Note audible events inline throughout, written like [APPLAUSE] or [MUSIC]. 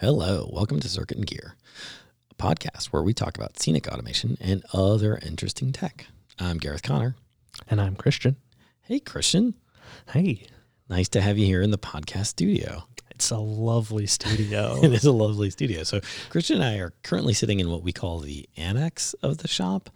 Hello, welcome to Circuit and Gear, a podcast where we talk about scenic automation and other interesting tech. I'm Gareth Connor. And I'm Christian. Hey, Christian. Hey, Nice to have you here in the podcast studio. it's a lovely studio. [LAUGHS] It is a lovely studio. So, Christian and I are currently sitting in what we call the annex of the shop,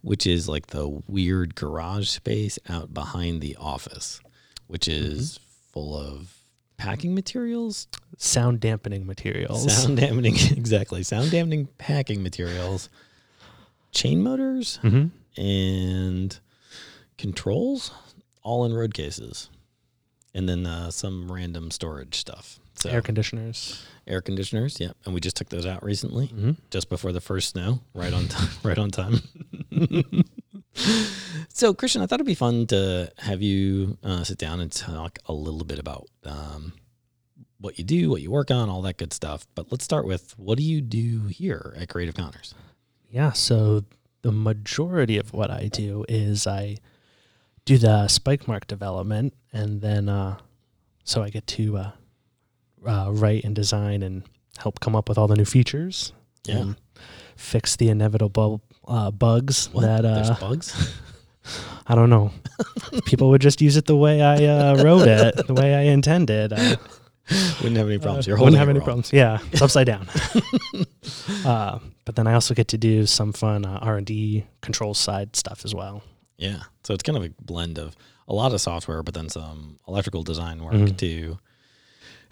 which is like the weird garage space out behind the office, which is full of packing materials, Sound dampening materials. [LAUGHS] sound dampening, [LAUGHS] exactly, sound dampening packing materials, chain motors, Mhm. and controls, all in road cases, and then uh, some random storage stuff. So Air conditioners. air conditioners, yeah, and we just took those out recently, Mm-hmm. just before the first snow, right on time, [LAUGHS] right on [LAUGHS] time. so, Christian, I thought it'd be fun to have you uh, sit down and talk a little bit about um, what you do, what you work on, all that good stuff. But let's start with what do you do here at Creative Connors? Yeah, so the majority of what I do is I do the spike mark development, and then uh, so I get to uh, uh, write and design and help come up with all the new features. Yeah. and fix the inevitable uh, bugs What? that There's uh, bugs. [LAUGHS] I don't know. People would just use it the way I uh, wrote it, the way I intended. Uh, Wouldn't have any [LAUGHS] problems. You're holding wouldn't have it any wrong. problems. Yeah, it's upside down. [LAUGHS] uh, but then I also get to do some fun uh, R and D control side stuff as well. Yeah. So it's kind of a blend of a lot of software, but then some electrical design work Mhm. too.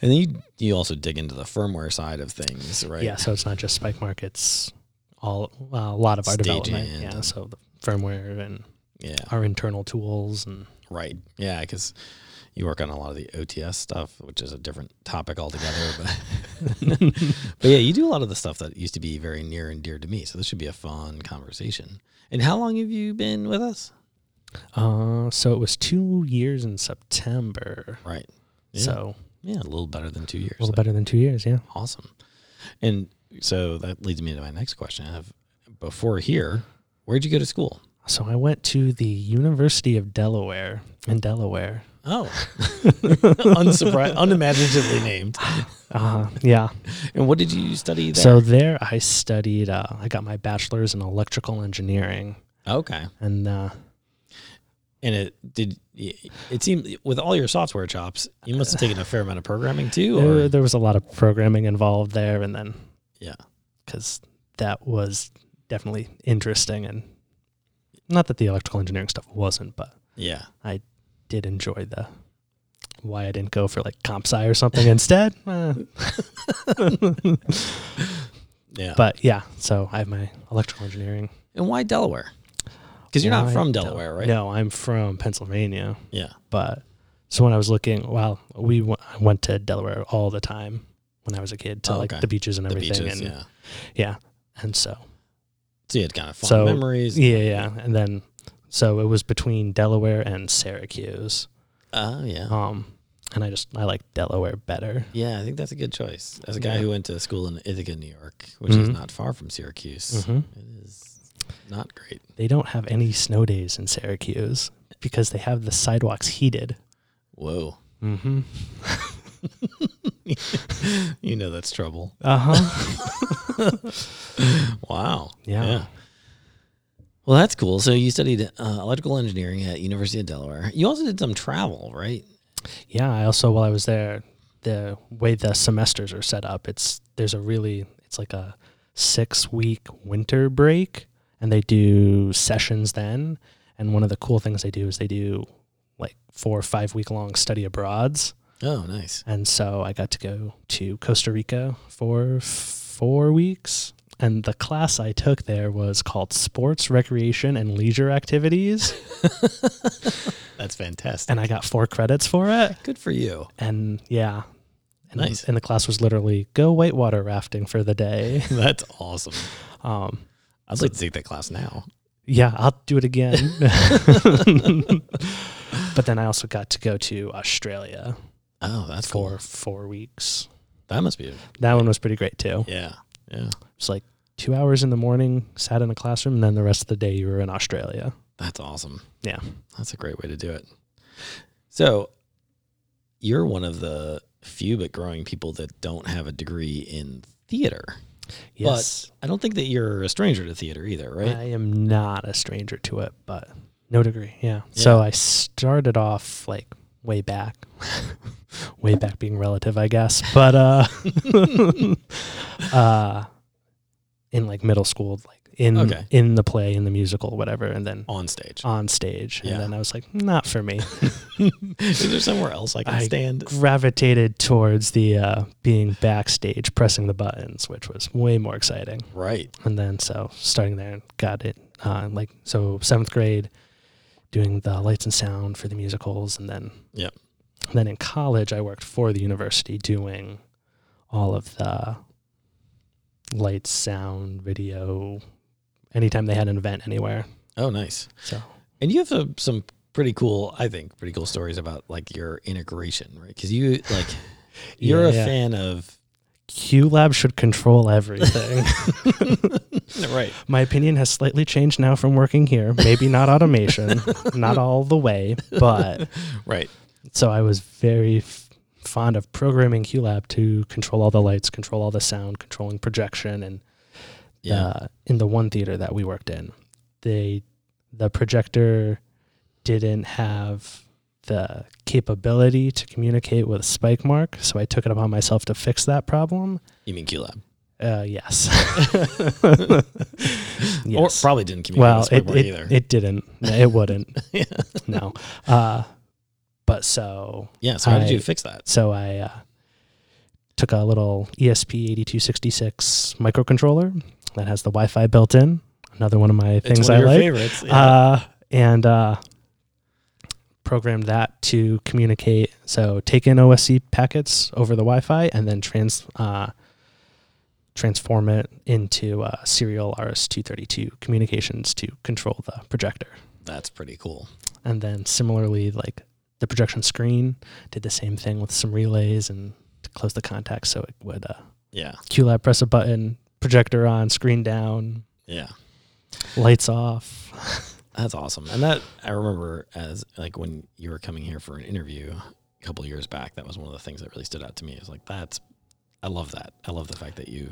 And then you, you also dig into the firmware side of things, right? Yeah, so it's not just Spike Mark; it's all uh, a lot of our Staging development. Yeah, and- uh, so the firmware and Yeah. our internal tools and Right. Yeah. Because you work on a lot of the OTS stuff, which is a different topic altogether. But, [LAUGHS] but yeah, you do a lot of the stuff that used to be very near and dear to me. So this should be a fun conversation. And how long have you been with us? uh, so it was two years in September. Right. Yeah. So Yeah. A little better than two years. a little better than two years. Yeah. Awesome. And so that leads me to my next question. I have before here, where'd you go to school? So I went to the University of Delaware in Delaware. [LAUGHS] Oh, unsurprised, unimaginatively named. Uh, yeah. And what did you study there? So there I studied, uh, I got my bachelor's in electrical engineering. okay. And uh, And it did. It seemed with all your software chops, you must have taken a fair amount of programming too. there, Or there was a lot of programming involved there. And then, yeah, because that was definitely interesting. And not that the electrical engineering stuff wasn't, but yeah. I did enjoy the why I didn't go for like comp sci [LAUGHS] or something instead. Uh, Yeah. but yeah, so I have my electrical engineering. and why Delaware? Because you're not Why from Del- Delaware, right? No, I'm from Pennsylvania. Yeah. but so when I was looking, wow, we w- I went to Delaware all the time when I was a kid to Oh, like okay. the beaches and The everything, beaches. and yeah. yeah. and so So you had kind of fond So, memories. yeah, yeah, and then so it was between Delaware and Syracuse, Oh yeah. um, and I just I like Delaware better. Yeah, I think that's a good choice. As a guy Yeah. who went to school in Ithaca, New York, which is Mhm. not far from Syracuse, hmm it is not great. They don't have any snow days in Syracuse because they have the sidewalks heated. Whoa, [LAUGHS] Mm-hmm. you know that's trouble. Uh [LAUGHS] huh. Wow. Yeah. Well, that's cool. So you studied uh, electrical engineering at University of Delaware. You also did some travel, right? Yeah, I also while I was there, the way the semesters are set up, it's there's a really it's like a six week winter break, and they do sessions then. And one of the cool things they do is they do like four or five week long study abroads. Oh, nice. And so I got to go to Costa Rica for four weeks. And the class I took there was called Sports, Recreation, and Leisure Activities. That's fantastic. and I got four credits for it. Good for you. and yeah and, Nice. and the class was literally go whitewater rafting for the [LAUGHS] day [LAUGHS] That's awesome. um I'd like to take that class now. yeah i'll do it again but then i also got to go to australia [LAUGHS] Oh, that's for cool. four weeks That must be. that one was pretty great too Yeah. Yeah. it's like two hours in the morning sat in a classroom and then the rest of the day you were in australia That's awesome. Yeah. That's a great way to do it. So you're one of the few but growing people that don't have a degree in theater. Yes. But I don't think that you're a stranger to theater either, right? I am not a stranger to it, but no degree. Yeah. So Yeah. I started off like way back, [LAUGHS] way back being relative, I guess. But uh, [LAUGHS] uh, in like middle school, like in Okay. in the play, in the musical, whatever, and then On [LAUGHS] stage. on stage. Yeah. And then I was like, not for me. [LAUGHS] Is there somewhere else I can I stand? Gravitated towards the uh, being backstage, pressing the buttons, which was way more exciting. Right. and then so starting there got it uh, like so seventh grade doing the lights and sound for the musicals and then Yep. and then in college i worked for the university doing all of the lights sound video anytime they had an event anywhere Oh, nice. so And you have uh, some pretty cool, I think, pretty cool stories about like your integration, right? Because you like you're a Yeah. fan of q lab should control [LAUGHS] everything [LAUGHS] right. my opinion has slightly changed now from working here maybe not automation not all the way but [LAUGHS] Right. so I was very f- fond of programming QLab to control all the lights, control all the sound, controlling projection, and Yeah. uh, in the one theater that we worked in, they the projector didn't have the capability to communicate with spike mark, so I took it upon myself to fix that problem. You mean QLab. Uh, yes, [LAUGHS] Or yes. probably didn't communicate well, with it, Squidward either. it, [LAUGHS] it didn't. No, It wouldn't. Yeah. No. Uh, but so yeah. So how did you I- fix that? So I uh, took a little E ESP8266 microcontroller that has the Wi Fi built in. Another one of my things it's one I of your like. favorites. Yeah. Uh, and uh, programmed that to communicate. So take in OSC packets over the Wi Fi and then trans. Uh, Transform it into uh, serial RS-232 communications to control the projector That's pretty cool. and then similarly like the projection screen did the same thing with some relays and to close the contacts so it would uh, Yeah. qlab press a button projector on screen down Yeah. lights off [LAUGHS] That's awesome. And that I remember as like when you were coming here for an interview a couple years back, that was one of the things that really stood out to me. It was like that's I love that. I love the fact that you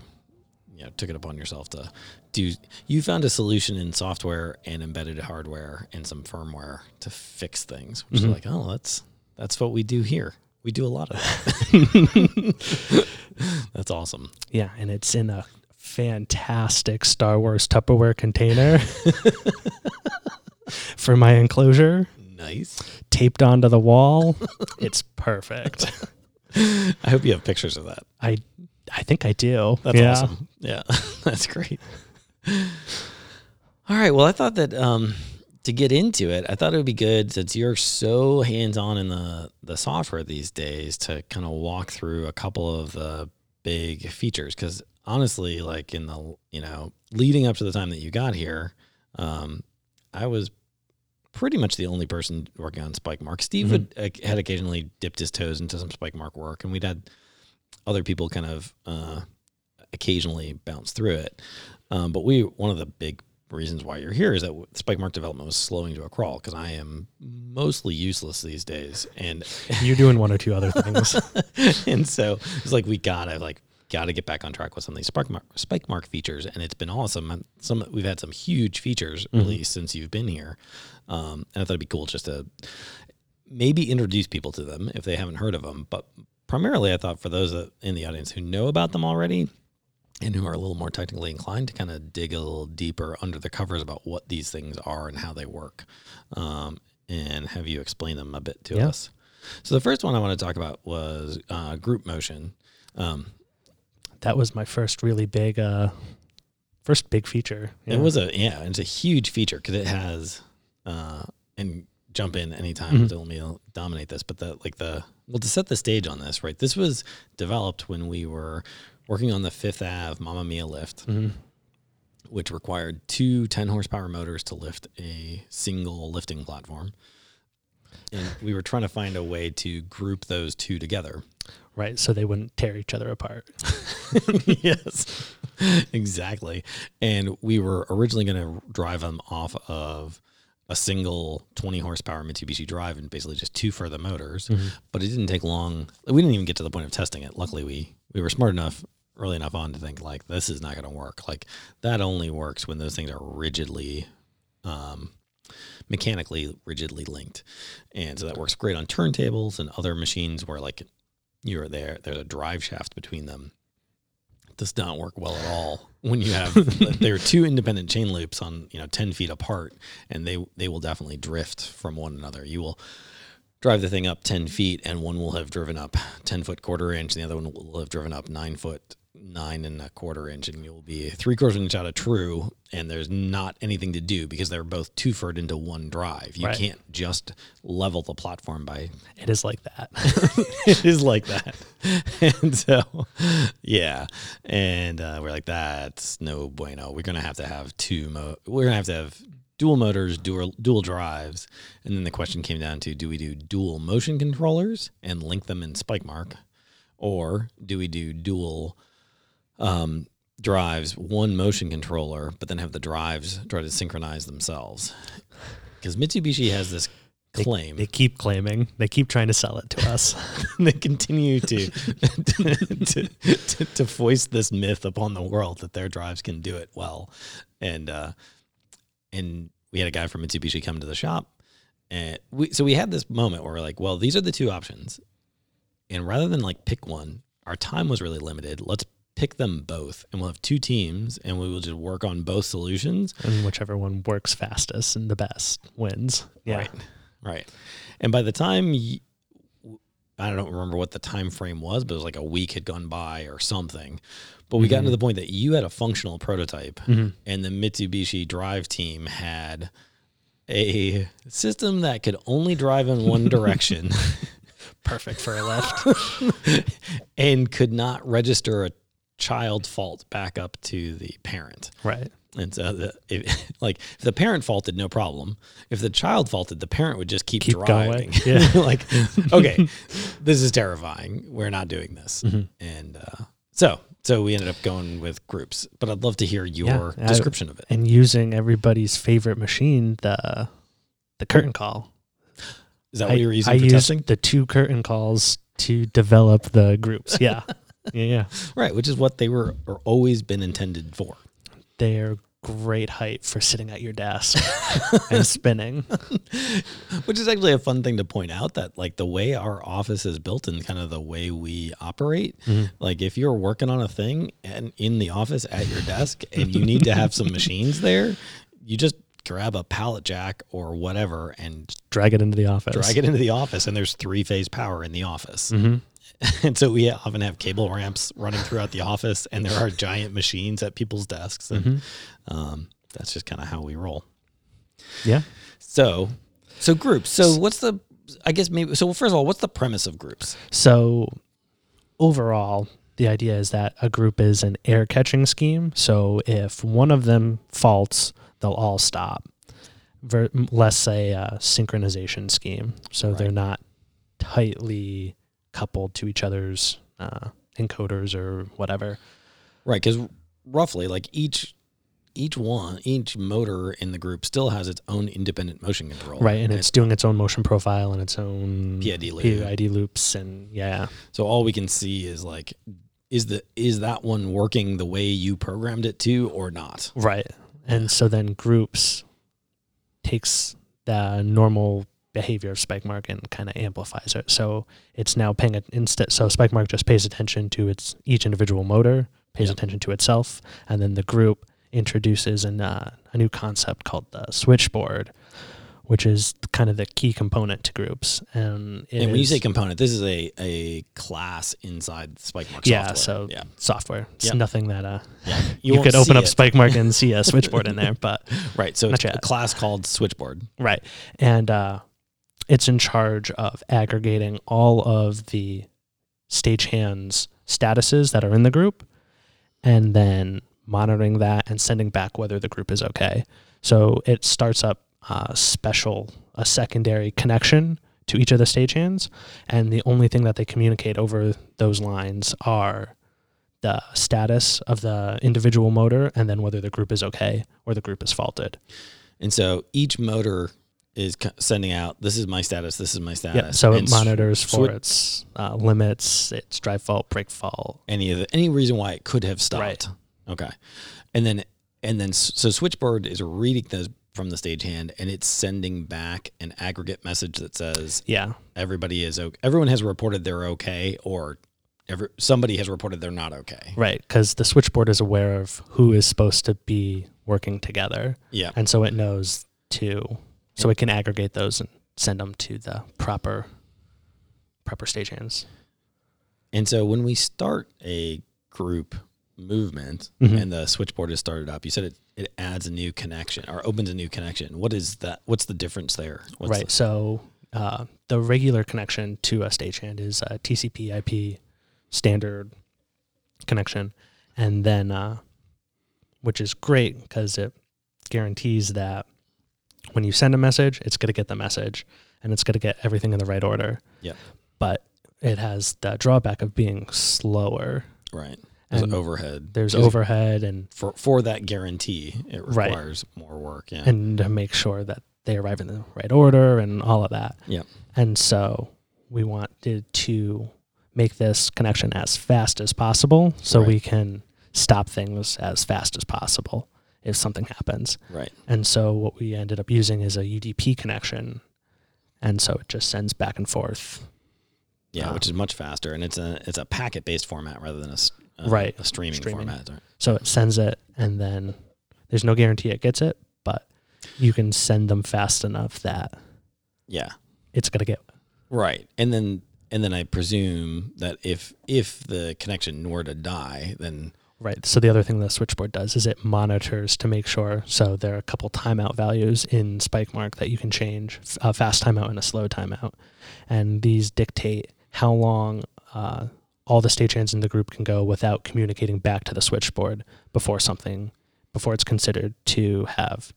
you know took it upon yourself to do you found a solution in software and embedded hardware and some firmware to fix things. Which Mhm. is like, oh that's that's what we do here. We do a lot of that. [LAUGHS] that's awesome. yeah and it's in a fantastic star wars tupperware container [LAUGHS] for my enclosure Nice. taped onto the [LAUGHS] wall it's perfect [LAUGHS] I hope you have pictures of that. i i think i do That's yeah awesome. Yeah, [LAUGHS] that's great. All right. Well, I thought that um, to get into it, I thought it would be good since you're so hands on in the the software these days to kind of walk through a couple of the big features. Because honestly, like in the you know leading up to the time that you got here, um, I was pretty much the only person working on Spike Mark. Steve Mhm. would, uh, had occasionally dipped his toes into some Spike Mark work, and we'd had other people kind of uh, occasionally bounce through it. Um, but we, one of the big reasons why you're here is that w- spike mark development was slowing to a crawl because I am mostly useless these days, and you're doing one or two other things [LAUGHS] and so it's like we gotta like gotta get back on track with some of these spike mark, spike mark features, and it's been awesome. And Some we've had some huge features released since you've been here, um, and I thought it'd be cool just to maybe introduce people to them if they haven't heard of them. But primarily, I thought for those that, in the audience who know about them already and who are a little more technically inclined to kind of dig a little deeper under the covers about what these things are and how they work, um, and have you explain them a bit to Yeah. us. So the first one I want to talk about was uh, group motion. Um, that was my first really big uh first big feature It was a yeah, it's a huge feature because it has uh and jump in anytime Mhm. don't me dominate this, but the like the well to set the stage on this right. This was developed when we were working on the Fifth Ave Mamma Mia lift, Mhm. which required two 10 horsepower motors to lift a single lifting platform. And we were trying to find a way to group those two together. right so they wouldn't tear each other apart [LAUGHS] yes, exactly. And we were originally going to drive them off of a single 20 horsepower Mitsubishi Drive and basically just two further motors. But it didn't take long. We didn't even get to the point of testing it. Luckily, we we were smart enough early enough on to think like this is not going to work. Like that only works when those things are rigidly, um, mechanically rigidly linked, and so that works great on turntables and other machines where like you're there. There's a drive shaft between them. Does not work well at all when you have there are two independent chain loops on you know ten feet apart, and they they will definitely drift from one another. You will drive the thing up 10 feet and one will have driven up 10 foot quarter inch and the other one will have driven up 9 foot 9 and a quarter inch and you'll be three quarters of an inch out of true and there's not anything to do because they're both two foot into one drive you Right. can't just level the platform by It is like that. [LAUGHS] [LAUGHS] it is like that and so yeah and uh, we're like that's no bueno we're gonna have to have two mo- we're gonna have to have dual motors dual dual drives and then the question came down to do we do dual motion controllers and link them in spike mark or do we do dual um, drives one motion controller but then have the drives try to synchronize themselves because mitsubishi has this claim they keep claiming. They keep trying to sell it to us. [LAUGHS] and [LAUGHS] they continue to [LAUGHS] to, to, to to foist this myth upon the world that their drives can do it well, and uh, and we had a guy from Mitsubishi come to the shop, and we so we had this moment where we're like, well, these are the two options, and rather than like pick one, our time was really limited. Let's pick them both, and we'll have two teams, and we will just work on both solutions, and whichever one works fastest and the best wins. Yeah. Right. Right. And by the time y- I don't remember what the time frame was, but it was like a week had gone by or something. But we got to the point that you had a functional prototype and the Mitsubishi drive team had a system that could only drive in one direction Perfect for a left. and could not register a child fault back up to the parent. [LAUGHS] right. And so, uh, the, if, [LAUGHS] like, if the parent faulted, no problem. If the child faulted, the parent would just keep, Keep driving. going. Yeah. [LAUGHS] like, okay, this is terrifying. We're not doing this. Mm-hmm. And uh, so, so we ended up going with groups. But I'd love to hear your I- description of it. And using everybody's favorite machine, the the curtain call. Is that what you were using for used testing? the two curtain calls to develop the groups. [LAUGHS] Yeah. yeah, yeah. Right, which is what they were or always been intended for. They're great hype for sitting at [LAUGHS] your desk and spinning. Which is actually a fun thing to point out that like the way our office is built and kind of the way we operate, like if you're working on a thing and in the office at your desk and you need to have some machines there, you just grab a pallet jack or whatever and Drag it into the office. drag it into the office and there's three phase power in the office. [LAUGHS] And so we often have cable ramps running throughout the office and there are giant machines at people's desks and um, that's just kind of how we roll. Yeah. So, so groups. So what's the? I guess maybe. So first of all, what's the premise of groups? So overall, the idea is that a group is an air catching scheme. So if one of them faults, they'll all stop. Ver- m- less say a uh, synchronization scheme. So they're not tightly coupled to each other's uh, encoders or whatever. Right, because roughly, like each each one, each motor in the group still has its own independent motion control. Right. And it's doing its own motion profile and its own PID loop. PID loops. And yeah. So all we can see is like, is the is that one working the way you programmed it to or not? Right. And so then groups takes the normal behavior of Spike Mark and kind of amplifies it. So it's now paying it instead. So Spike Mark just pays attention to its each individual motor, pays Yep. attention to itself, and then the group introduces an, uh, a new concept called the switchboard, which is kind of the key component to groups. And, it and when you is- say component, this is a a class inside Spike Mark yeah, software. so yeah, software. It's Yep. nothing that uh, yeah. you, won't could open see up it. Spike Mark and [LAUGHS] see a switchboard in there, but right. So not it's a yet. class called switchboard. Right. And uh, it's in charge of aggregating all of the stagehands statuses that are in the group and then monitoring that and sending back whether the group is okay. So it starts up a special, a secondary connection to each of the stagehands. And the only thing that they communicate over those lines are the status of the individual motor and then whether the group is okay or the group is faulted. And so each motor is c- sending out, this is my status, this is my status. Yeah, so Uh, and s- it monitors for swi- its uh, limits, its drive fault, brake fault. any of the, any reason why it could have stopped. Right. Okay. And then and then s- so switchboard is reading those from the stagehand and it's sending back an aggregate message that says Yeah, everybody is okay. everyone has reported they're okay or every, somebody has reported they're not okay. right. Because the switchboard is aware of who is supposed to be working together, Yeah. and so it knows to, so it can aggregate those and send them to the proper, proper stagehands. And so when we start a group movement Mhm. and the switchboard is started up, you said it, it adds a new connection or opens a new connection. What is that? What's the difference there? What's right. So uh, the regular connection to a stagehand is a TCP/IP standard connection, and then uh, which is great because it guarantees that when you send a message, it's going to get the message and it's going to get everything in the right order. Yep. But it has the drawback of being slower. The, right. There's And overhead. There's Is it- overhead and for for that guarantee, it Right. requires more work. Yeah. and to make sure that they arrive in the right order and all of that. Yep. And so we wanted to make this connection as fast as possible so Right. we can stop things as fast as possible if something happens. right. And so what we ended up using is a UDP connection. And so it just sends back and forth. Yeah, Ah. which is much faster, and it's a it's a packet based format rather than a s- uh, Right. a streaming, Streaming. format. Right. So it sends it and then there's no guarantee it gets it, but you can send them fast enough that Yeah. it's going to get Right. And then and then I presume that if if the connection were to die, then Right. So the other thing that switchboard does is it monitors to make sure. So there are a couple timeout values in SpikeMark that you can change f- a fast timeout and a slow timeout, and these dictate how long uh, all the stagehands in the group can go without communicating back to the switchboard before something before it's considered to have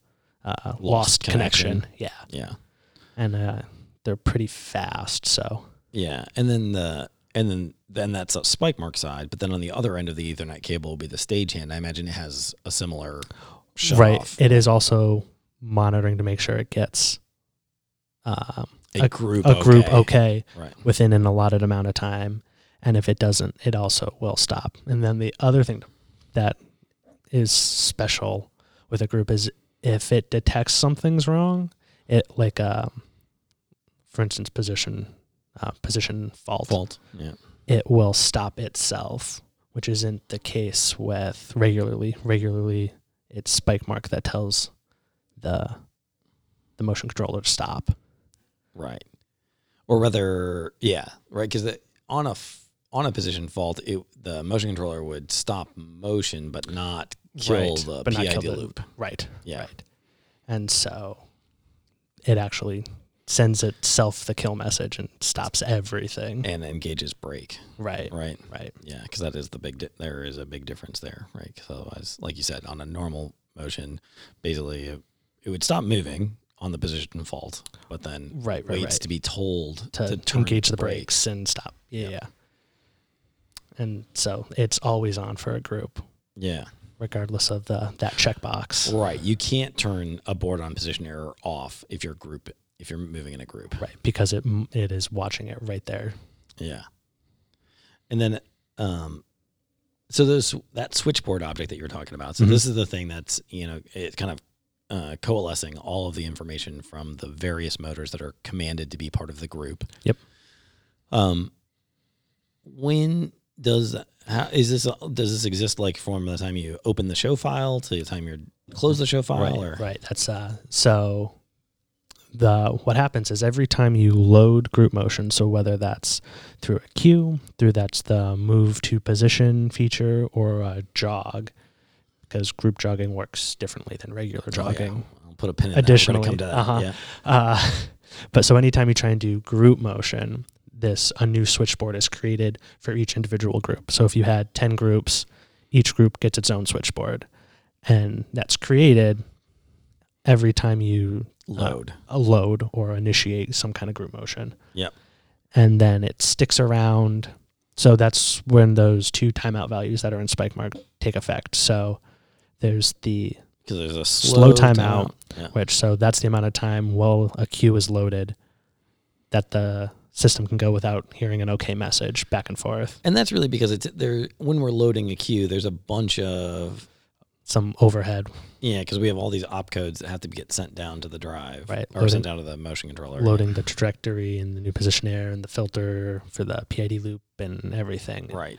uh, lost, connection. Yeah, yeah. and uh, they're pretty fast. So Yeah, and then the and then then that's a spike mark side, but then on the other end of the Ethernet cable will be the stagehand. I imagine it has a similar shut right, off. it is also monitoring to make sure it gets. Um, A, group, a group okay. okay Right. within an allotted amount of time and if it doesn't it also will stop and then the other thing that is special with a group is if it detects something's wrong it like um, for instance position uh, position fault, fault. Yeah, it will stop itself which isn't the case with regularly regularly it's spike mark that tells the the motion controller to stop right. Or rather, yeah, right. Because on a f- on a position fault, it, the motion controller would stop motion, but not kill Right, the but not PID kill the- loop. right Yeah, Right. And so it actually sends itself the kill message and stops everything. and engages break. Right. Right. Right. Yeah, because that is the big. Di- there is a big difference there, right? Because otherwise, like you said, on a normal motion, basically it, it would stop moving on the position fault, but then Right. Right. waits right. to be told to, To, to turn engage the brake. brakes and stop. Yeah. Yep. yeah. And so it's always on for a group, Yeah, regardless of the that checkbox. right. You can't turn a board on position error off if you're group if you're moving in a group. Right. Because it m- it is watching it right there. Yeah. And then um so those that switchboard object that you're talking about. So Mhm. this is the thing that's, you know, it kind of uh, coalescing all of the information from the various motors that are commanded to be part of the group. Yep. Um when does how is this does this exist like from the time you open the show file to the time you close the show file right, or right. That's uh so the what happens is every time you load group motion, so whether that's through a queue, through that's the move to position feature or a jog, because group jogging works differently than regular Oh, yeah. jogging. I'll put a pin in that. We're gonna Additionally, come to that. uh-huh. Yeah. Uh, but so anytime you try and do group motion, this a new switchboard is created for each individual group. So if you had 10 groups, each group gets its own switchboard. And that's created every time you Load. a load or initiate some kind of group motion. Yep. And then it sticks around. So that's when those two timeout values that are in spike mark take effect. So there's the because there's a slow, Slow timeout. timeout. Yeah. which so that's the amount of time while a queue is loaded that the system can go without hearing an okay message back and forth. And that's really because it's there when we're loading a queue. There's a bunch of Some overhead yeah, because we have all these opcodes that have to get sent down to the drive, Right, or loading- sent down to the motion controller. loading the trajectory and the new position error and the filter for the PID loop and everything. right?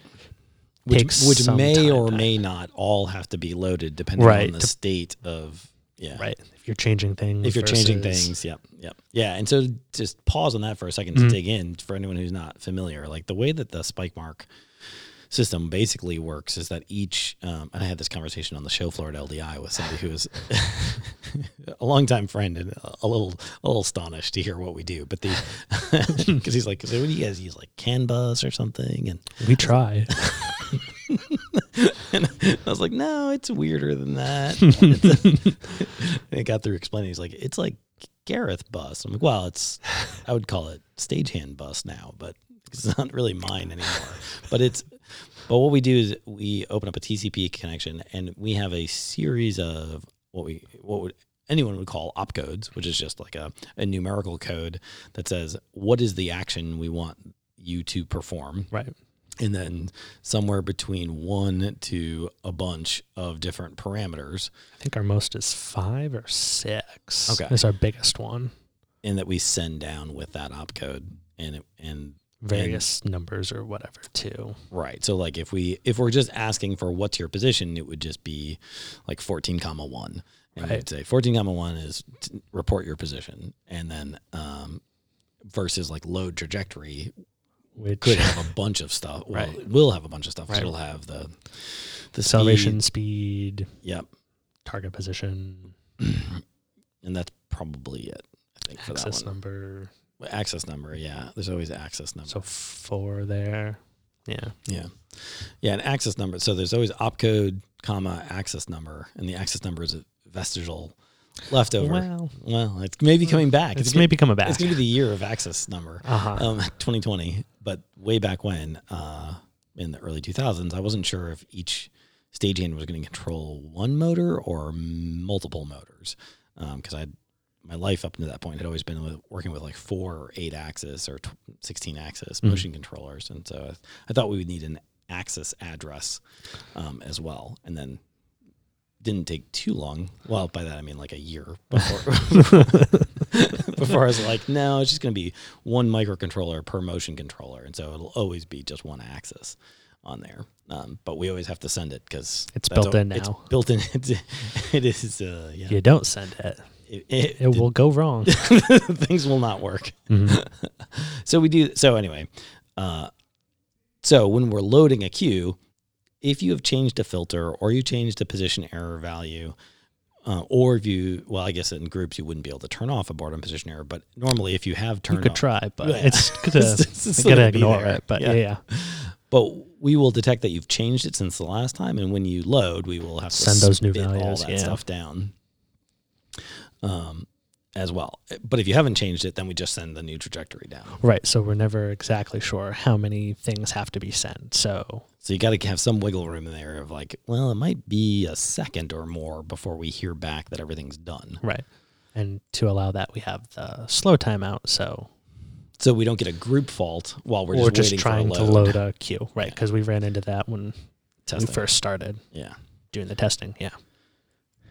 Which, Takes which some may time or back. may not all have to be loaded depending Right, on the dep- state of yeah. Right. If you're changing things. If you're changing versus- things, yep, yep, yeah, and so just pause on that for a second Mm. to dig in for anyone who's not familiar. Like the way that the spike mark system basically works is that each, um, and I had this conversation on the show floor at LDI with somebody who is [LAUGHS] a longtime friend and a little a little astonished to hear what we do, but the [LAUGHS] because he's like, so what do you guys use like Canvas or something? And We try. [LAUGHS] and [LAUGHS] I was like, no, it's weirder than that. It's- and it got through explaining. He's like, it's like Gareth bus. I'm like, well, it's, I would call it stagehand bus now, but it's not really mine anymore. But it's, but what we do is we open up a TCP connection and we have a series of what we, what would, anyone would call opcodes, which is just like a, a numerical code that says, what is the action we want you to perform? right. and then somewhere between one to a bunch of different parameters I think our most is five or six. Okay. Is our biggest one. and that we send down with that opcode and it, and Various numbers or whatever too. right so like if we if we're just asking for what's your position it would just be like 14 comma 1 and Right. we'd say 14 comma 1 is t- report your position and then um versus like load trajectory Which could [LAUGHS] have a bunch of stuff well Right. it will have a bunch of stuff 'cause Right. it'll have the the speed- acceleration, speed, yep target position, and that's probably it i think for that one access number. access number yeah there's always access number So four there. Yeah. yeah yeah an access number so there's always opcode comma access number and the access number is a vestigial leftover well, Well, it's maybe coming back it's, it's, maybe coming back. gonna, it's gonna be the year of access number uh-huh. um [LAUGHS] 2020 but way back when uh in the early 2000s i wasn't sure if each stagehand was going to control one motor or multiple motors because i my life up until that point had always been with, working with like four or eight axis or tw 16 axis Mhm. motion controllers and so I, I thought we would need an axis address um, as well and then didn't take too long well by that i mean like a year before [LAUGHS] before i was like no it's just going to be one microcontroller per motion controller and so it'll always be just one axis on there um, but we always have to send it because It's built in it's now. built in [LAUGHS] it's, it is uh, yeah, you don't send it. It- [LAUGHS] it- It will go wrong. things will not work. Mhm. So we do. So anyway, uh, so when we're loading a queue, if you have changed a filter or you changed a position error value, uh, or if you, well, I guess in groups you wouldn't be able to turn off abort on position error, but normally if you have You turned, could off- try, [LAUGHS] but Yeah. it's gonna, It's- it's gonna gonna be ignore there. it. But Yeah. yeah, yeah. but we will detect that you've changed it since the last time, and when you load, we will have to Send those new spit all values, that yeah. stuff down. Um, as well, but if you haven't changed it, then we just send the new trajectory down. Right. So we're never exactly sure how many things have to be sent. So So you got to have some wiggle room in there of like, well, it might be a second or more before we hear back that everything's done. right. And to allow that, we have the slow timeout. So So we don't get a group fault while we're, we're just, just, waiting trying for a to load. load a [LAUGHS] queue, right? Yeah. Because we ran into that when testing. we first started Yeah. doing the testing. Yeah.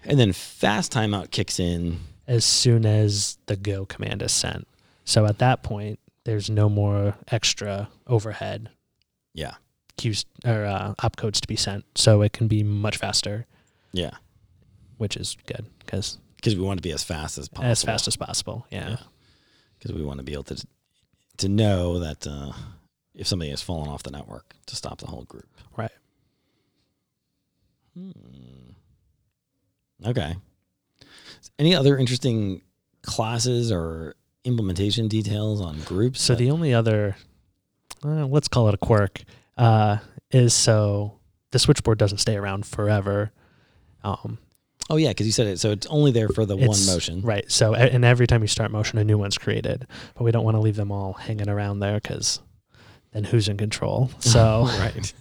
And then fast timeout kicks in. as soon as the go command is sent. So at that point, there's no more extra overhead Yeah. queues or uh, opcodes to be sent. So it can be much faster, Yeah. which is good because Because we want to be as fast as possible. as fast as possible. Yeah. Yeah. Because we want to be able to to know that uh, if somebody has fallen off the network to stop the whole group. Right. Hmm. Okay. Any other interesting classes or implementation details on groups? So that- the only other, uh, let's call it a quirk, uh, is so the switchboard doesn't stay around forever. Um, oh yeah, because you said it. So it's only there for the one It's- motion. Right. So, a- and every time you start motion, a new one's created. But we [LAUGHS] don't Oh, want to leave them all hanging around there because then who's in control? So, right.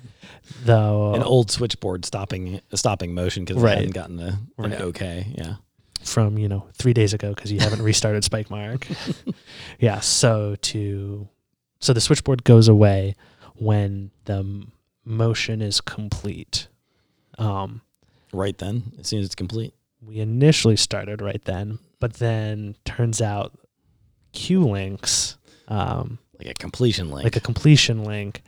[LAUGHS] the an old switchboard stopping stopping motion because Right. I hadn't gotten a, an Right. okay. Yeah. from you know three days ago because [LAUGHS] you haven't restarted Spike Mark. yeah, so to so the switchboard goes away when the m- motion is complete. Um, Right then, as soon as it's complete. we initially started right then, but then turns out Q links, um, Like a completion link. like a completion link,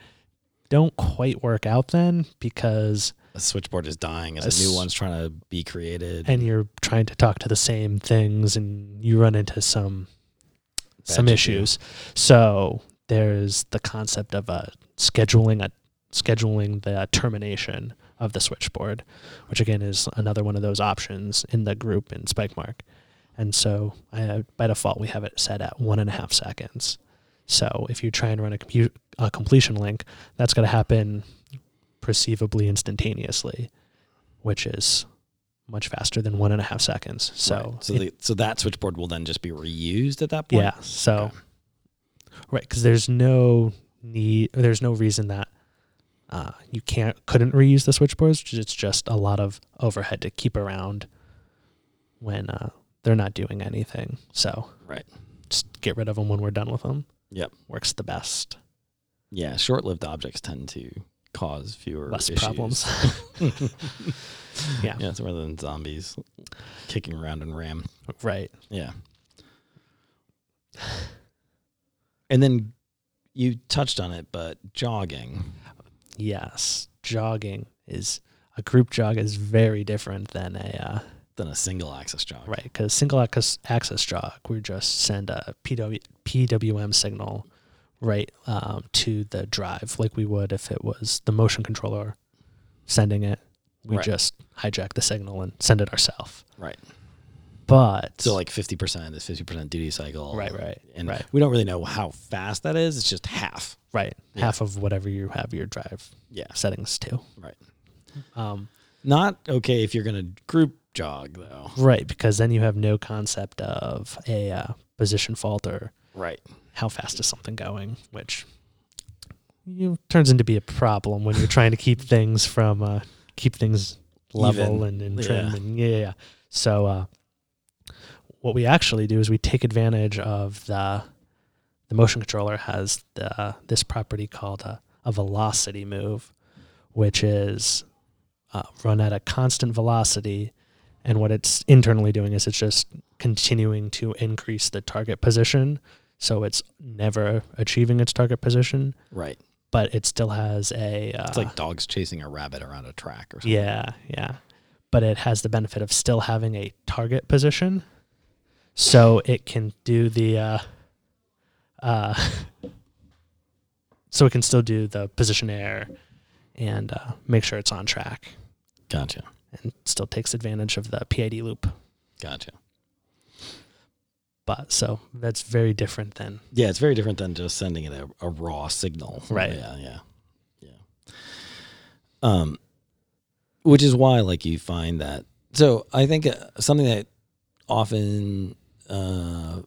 don't quite work out then because a switchboard is dying as A a, new s- one's trying to be created. and you're trying to talk to the same things and you run into some some That you do. issues. So there's the concept of uh, scheduling a scheduling the termination of the switchboard, which again is another one of those options in the group in Spike Mark. And so I, by default, we have it set at one and a half seconds. So if you try and run a, compu- a completion link, that's going to happen perceivably instantaneously, which is much faster than one and a half seconds. So, Right. so it- the, so that switchboard will then just be reused at that point. yeah. So, Okay. right, because there's no need, or there's no reason that uh, you can't couldn't reuse the switchboards. 'cause It's just a lot of overhead to keep around when uh, they're not doing anything. So, Right. just get rid of them when we're done with them. Yep. works the best, Yeah, short-lived objects tend to cause fewer less issues. problems. [LAUGHS] yeah, Yeah, it's rather than zombies kicking around in RAM. right. Yeah. [SIGHS] And then you touched on it, but jogging. Yes, jogging is a group jog is very different than a. Uh, than a single axis jog. Right, because single access, access jog, we just send a PW, PWM signal right um, to the drive, like we would if it was the motion controller sending it. We Right. just hijack the signal and send it ourselves. Right. But So like fifty percent is fifty percent duty cycle. right, right, And right, we don't really know how fast that is. It's just half. right, Yeah. half of whatever you have your drive Yeah. settings to. Right. Um, Not okay if you're gonna group jog though. right, because then you have no concept of a uh, position fault or Right. how fast is something going, which you know, turns into be a problem when you're trying to keep things from uh, keep things level and, and trim yeah. and yeah, yeah, yeah. So uh, what we actually do is we take advantage of the the motion controller has the, this property called a, a velocity move, which is uh, run at a constant velocity. And what it's internally doing is it's just continuing to increase the target position. So it's never achieving its target position, Right. but it still has a. Uh, It's like dogs chasing a rabbit around a track or something. yeah, yeah. But it has the benefit of still having a target position. So it can do the uh uh [LAUGHS] so it can still do the position error and uh, make sure it's on track Gotcha. and still takes advantage of the PID loop. Gotcha. But so that's very different than Yeah, it's very different than just sending it a, a raw signal. Right. Yeah, yeah. Yeah. Um which is why like you find that. So, I think uh, something that often uh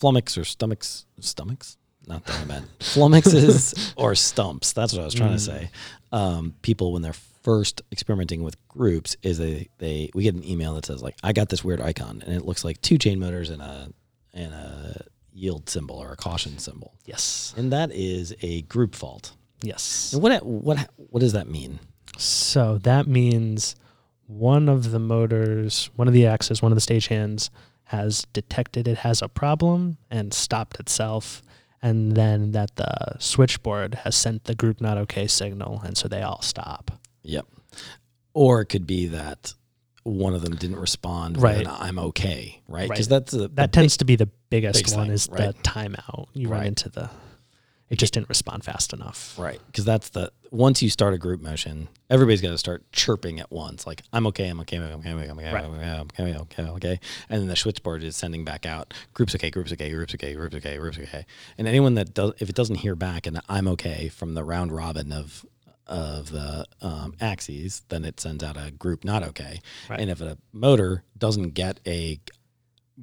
flummox or stomachs stomachs not that I meant [LAUGHS] flummoxes or stumps. That's what I was trying to Mm. say. Um, people when they're first experimenting with groups is they they we get an email that says like I got this weird icon and it looks like two chain motors and a and a yield symbol or a caution symbol yes. and that is a group fault. Yes. And what what what does that mean? So that means one of the motors, one of the axes, one of the stagehands has detected it has a problem and stopped itself. And then that the switchboard has sent the group not okay signal. And so they all stop. Yep. Or it could be that one of them didn't respond. with Right. an I'm okay. Right. Right. Because that's the, That the big- tends to be the biggest biggest one thing, is the right? timeout. You run Right. into the, it just didn't respond fast enough. Right. Because that's the once you start a group motion, everybody's got to start chirping at once. Like I'm okay, I'm okay, I'm okay, I'm okay, I'm okay, I'm okay, I'm okay, I'm okay, I'm okay. And then the switchboard is sending back out groups okay, groups okay, groups okay, groups okay, groups okay. And anyone that does, if it doesn't hear back and I'm okay from the round robin of of the um, axes, then it sends out a group not okay. Right. And if a motor doesn't get a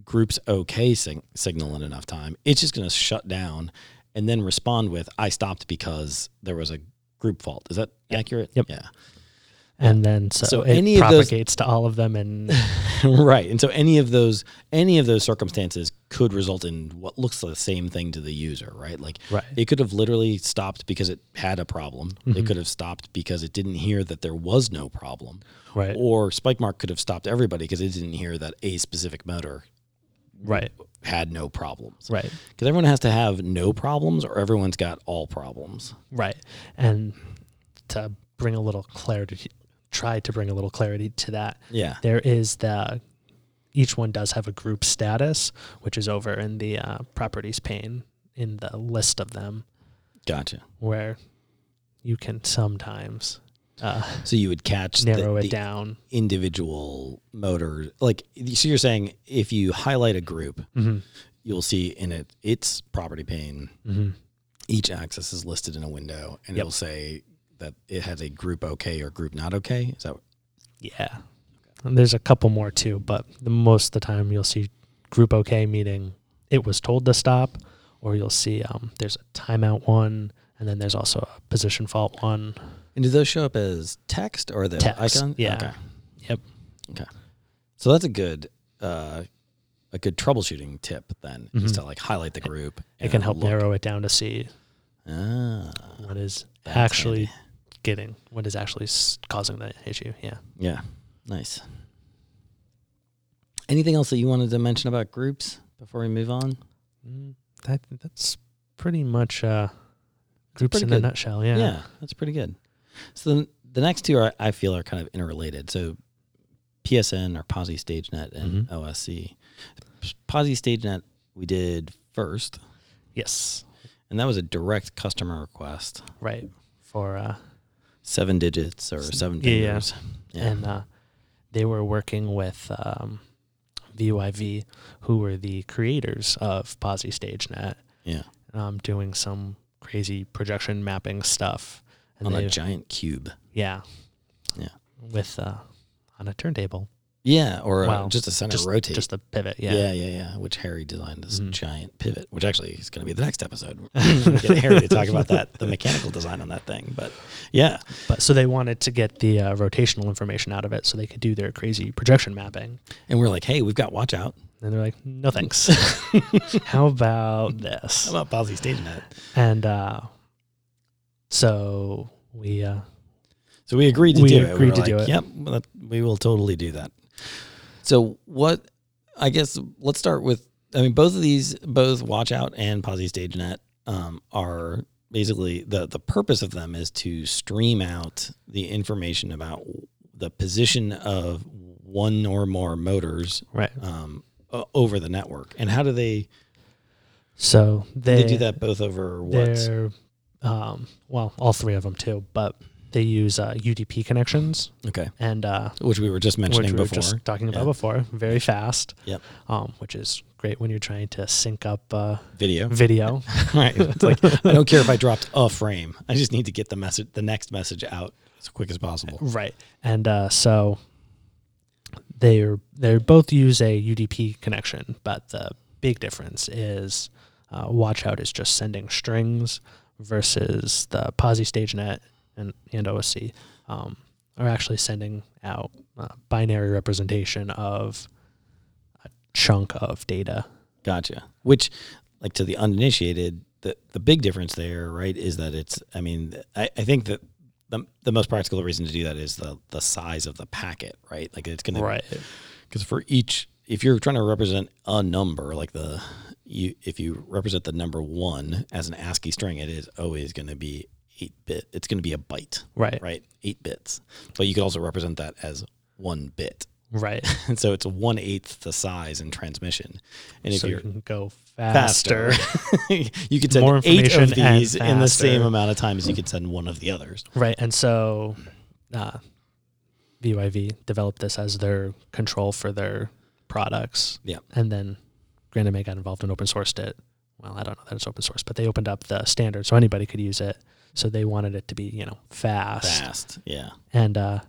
group's okay sing- signal in enough time, it's just going to shut down and then respond with, I stopped because there was a group fault. Is that accurate? Yep. Yeah. [LAUGHS] and then so, So it any of those- propagates to all of [LAUGHS] them, and right. And so any of those any of those circumstances could result in what looks like the same thing to the user, right? Like Right. it could have literally stopped because it had a problem. It Mm-hmm. could have stopped because it didn't hear that there was no problem. right, Or Spike Mark could have stopped everybody because it didn't hear that a specific motor right, had no problems. right, Because everyone has to have no problems or everyone's got all problems. right, and to bring a little clarity, try to bring a little clarity to that. Yeah. There is the each one does have a group status, which is over in the uh, properties pane in the list of them, Gotcha. where you can sometimes uh, So you would catch the- narrow the it down. individual motor like so you're saying if you highlight a group you'll see in it its property pane each axis is listed in a window and Yep. it'll say that it has a group okay or group not okay is that Yeah. And there's a couple more too, but the most of the time you'll see group OK meaning it was told to stop, or you'll see um, there's a timeout one, and then there's also a position fault one. and do those show up as text or the Text, icon yeah. okay. Yep. okay so that's a good uh a good troubleshooting tip then is Mhm. to like highlight the group It can help look. narrow it down to see ah, what is that's actually handy. getting, what is actually s- causing the issue. Yeah. Yeah. Nice. Anything else that you wanted to mention about groups before we move on? Mm, That, that's pretty much uh, groups pretty in a good. nutshell. Yeah. that's pretty good. So the, the next two are, I feel are kind of interrelated. So PSN or Posi StageNet and Mhm. OSC. Posi StageNet we did first, Yes. and that was a direct customer request. Right. For uh, Seven digits or seven Yeah, yeah. fingers. Yeah. and uh, they were working with um, VUIV, who were the creators of Posi StageNet, yeah. um, doing some crazy projection mapping stuff. And On they, a giant cube. yeah, Yeah. with uh, on a turntable, Yeah, or uh, Wow. just a center just rotate. just a pivot. Yeah, Yeah. yeah, yeah, Which Harry designed this Mhm. giant pivot, which actually is going to be the next [LAUGHS] episode. We're gonna get Harry to talk about that, the mechanical design on that thing. But yeah, but so they wanted to get the uh, rotational information out of it, so they could do their crazy projection mapping. and we're like, hey, we've got Watch Out. And they're like, [LAUGHS] no thanks. How about this? How about Bosley staging that? And uh, so we uh, So we agreed to We do it. agreed were to do like, it. Yep, well, that, we will totally do that. So what? I guess let's start with. I mean, both of these, both Watch Out and Posi StageNet, um, are basically the the purpose of them is to stream out the information about the position of one or more motors right. um, o- over the network. And how do they So they, they, do that both over what? They're um, well, all three of them too, but they use uh, UDP connections Okay, and uh, which we were just which we mentioning were before. just talking about Yeah. before, very fast. Yep. Um, which is great when you're trying to sync up uh, Video. video. right. It's like [LAUGHS] I don't care if I dropped a frame. I just need to get the message, the next message out as quick as possible. Right. And uh, so they're they both use a UDP connection, but the big difference is uh, Watchout is just sending strings versus the Posi StageNet and and OSC um, are actually sending out uh, binary representation of a chunk of data. Gotcha. Which, like to the uninitiated, the the big difference there, right, is that it's. I mean, I, I think that. The, the most practical reason to do that is the the size of the packet, right? Like it's going to Right. because for each if you're trying to represent a number like the you if you represent the number one as an ascii string it is always going to be 8 bit it's going to be a byte Right. right 8 bits but you could also represent that as one bit [LAUGHS] Right. and so it's one eighth the size in transmission and if so you you're can go faster, faster. [LAUGHS] you could send More eight of information and these in the same faster. amount of time as you could send one of the others Right. And so uh, VYV developed this as their control for their products. Yeah. And then Granite May got involved and open sourced it. Well, I don't know that it's open source, but they opened up the standard so anybody could use it. So they wanted it to be, you know, fast. fast yeah And uh,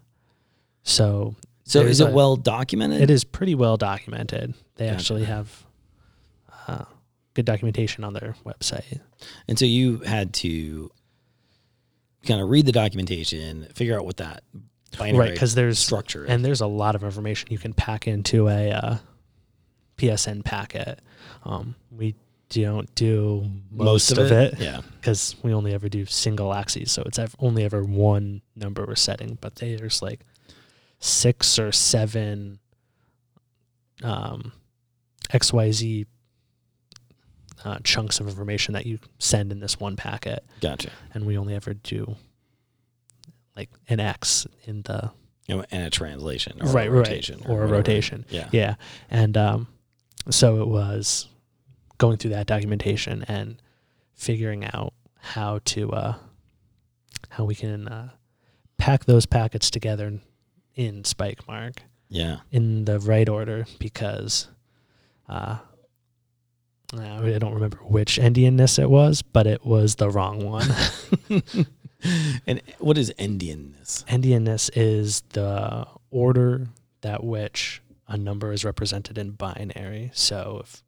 so so is There's it a- well documented it is pretty well documented. They Gotcha. actually have uh, good documentation on their website. And so you had to kind of read the documentation, figure out what that binary right because there's structure is. and there's a lot of information you can pack into a uh, PSN packet. Um, we don't do most, of it Yeah. because we only ever do single axes, so it's ev- only ever one number we're setting. But there's like six or seven um, XYZ uh, chunks of information that you send in this one packet, Gotcha. and we only ever do like an X in the You know, And a translation or right a rotation. right, or, a whatever. rotation. Yeah. Yeah. And um, so it was going through that documentation and figuring out how to uh, how we can uh, pack those packets together in Spike Mark Yeah. in the right order because uh, I really don't remember which Endianness it was, but it was the wrong one. and what is Indianness? Endianness is the order that which a number is represented in binary. So if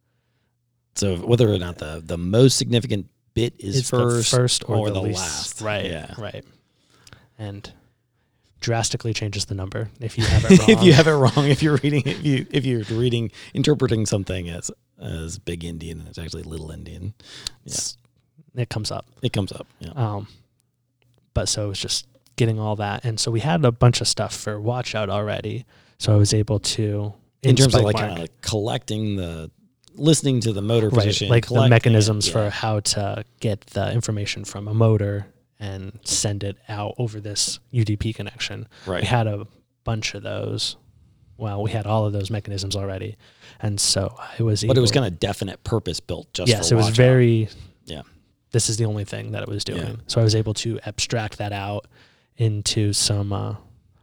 So whether or not the, the most significant bit is It's first, [LAUGHS] the first or, or the, the least. last. Right. Yeah. Right. And drastically changes the number if you [LAUGHS] have it wrong. if you have it wrong, if you're reading, if you if you're reading, interpreting something as as big Indian and it's actually little Indian, It's- it comes up. it comes up. Yeah. Um, but so it was just getting all that, and so we had a bunch of stuff for Watch Out already. So I was able to in terms of Spike like Mark, kind of like collecting the listening to the motor right, position, like the collecting it. mechanisms Yeah. for how to get the information from a motor and send it out over this UDP connection. right. we had a bunch of those. Well, we had all of those mechanisms already, and so I was. but it was able- kind of definite purpose built just yes, for it was watch out. very. Yeah. This is the only thing that it was doing, Yeah. so I was able to abstract that out into some uh,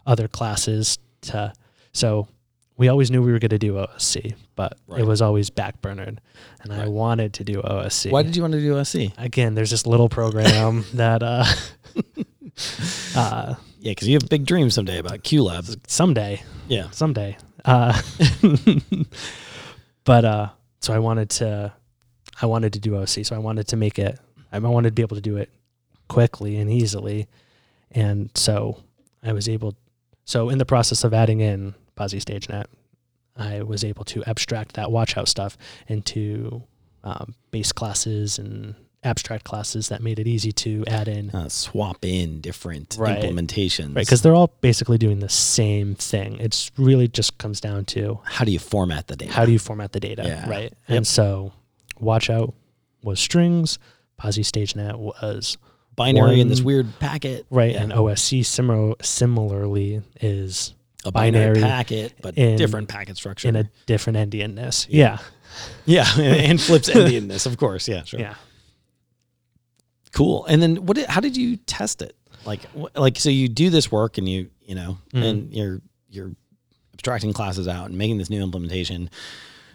other classes. To so we always knew we were going to do OSC, but Right. it was always backburnered, and I Right. wanted to do OSC. Why did you want to do SC? Again, there's this little program [LAUGHS] that uh, uh, Yeah, because you have big dreams someday about Q Labs. someday Yeah. someday. Uh, [LAUGHS] but uh, so I wanted to, I wanted to do OC. So I wanted to make it. I wanted to be able to do it quickly and easily, and so I was able. So in the process of adding in Posy StageNet, I was able to abstract that watchout stuff into um, base classes and abstract classes that made it easy to add in Uh, swap in different Right. implementations. right because they're all basically doing the same thing it's really just comes down to how do you format the data? how do you format the data, Yeah. right? Yep. And so, watch out was strings, Posy StageNet was binary in this one- weird packet, right, Yeah. and OSC similar, similarly is a binary, binary packet, but in- different packet structure. in a different endianness. Yeah, yeah, [LAUGHS] and [LAUGHS] flips Indianness, of course. Yeah, sure. yeah. Cool. And then what? Did, how did you test it? Like, wh- like so you do this work and you you know Mhm. and you're you're abstracting classes out and making this new implementation.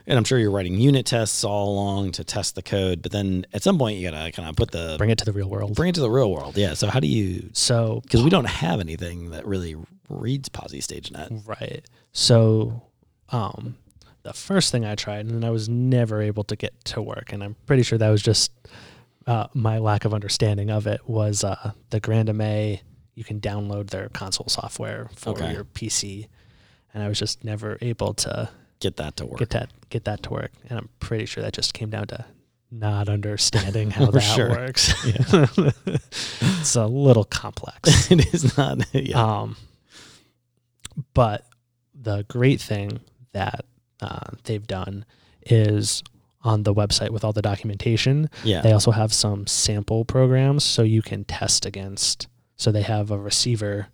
And I'm sure you're writing unit tests all along to test the code, but then at some point you gotta kind of put the bring, Bring it to the real world. it to the real world. Yeah. So how do you? So, Because we don't have anything that really reads Posy StageNet. right. So, um, the first thing I tried, and then I was never able to get to work, and I'm pretty sure that was just uh, my lack of understanding of it was uh, the Grandame. You can download their console software for Okay. your PC, and I was just never able to Get that to work. get that get that to work. And I'm pretty sure that just came down to [LAUGHS] not understanding how that Sure. works. [LAUGHS] it's a little [LAUGHS] complex. it is not. Yeah. Um, but the great thing that uh, they've done is on the website with all the documentation. yeah. They also have some sample programs so you can test against. So they have a receiver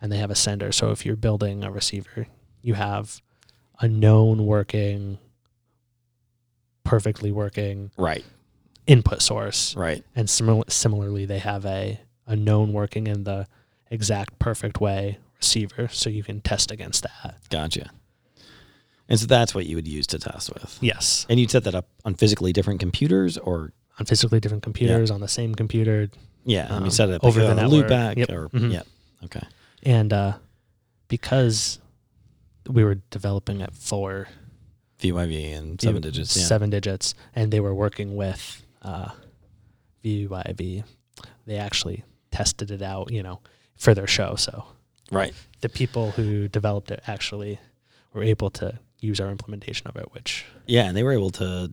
and they have a sender. So if you're building a receiver, you have a known working, perfectly working Right. input source. Right. And simil- similarly, they have a, a known working in the exact perfect way receiver. So you can test against that. Gotcha. And so that's what you would use to test with. Yes. And you'd set that up on physically different computers or On physically different computers, on the same computer, yeah, and Um, you set it up over like the a network. loopback Yep. or Mhm. yeah. Okay. And uh, because we were developing at four, VYV and seven digits. Yeah. seven digits, and they were working with uh, VUIV, they actually tested it out, you know, for their show. So Right. the people who developed it actually were able to use our implementation of it, which Yeah, and they were able to,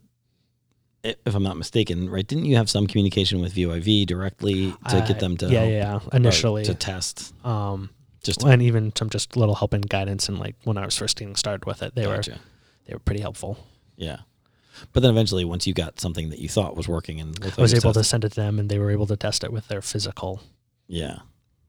i- if I'm not mistaken, right? Didn't you have some communication with VoIV directly to I- get them to Uh, yeah, help, yeah, yeah, or initially, to test? um, Just and even some just little help and guidance. And like when I was first getting started with it, they were Gotcha. they were pretty helpful. yeah. But then eventually, once you got something that you thought was working and looked like I was it able to tested- send it to them, and they were able to test it with their physical yeah,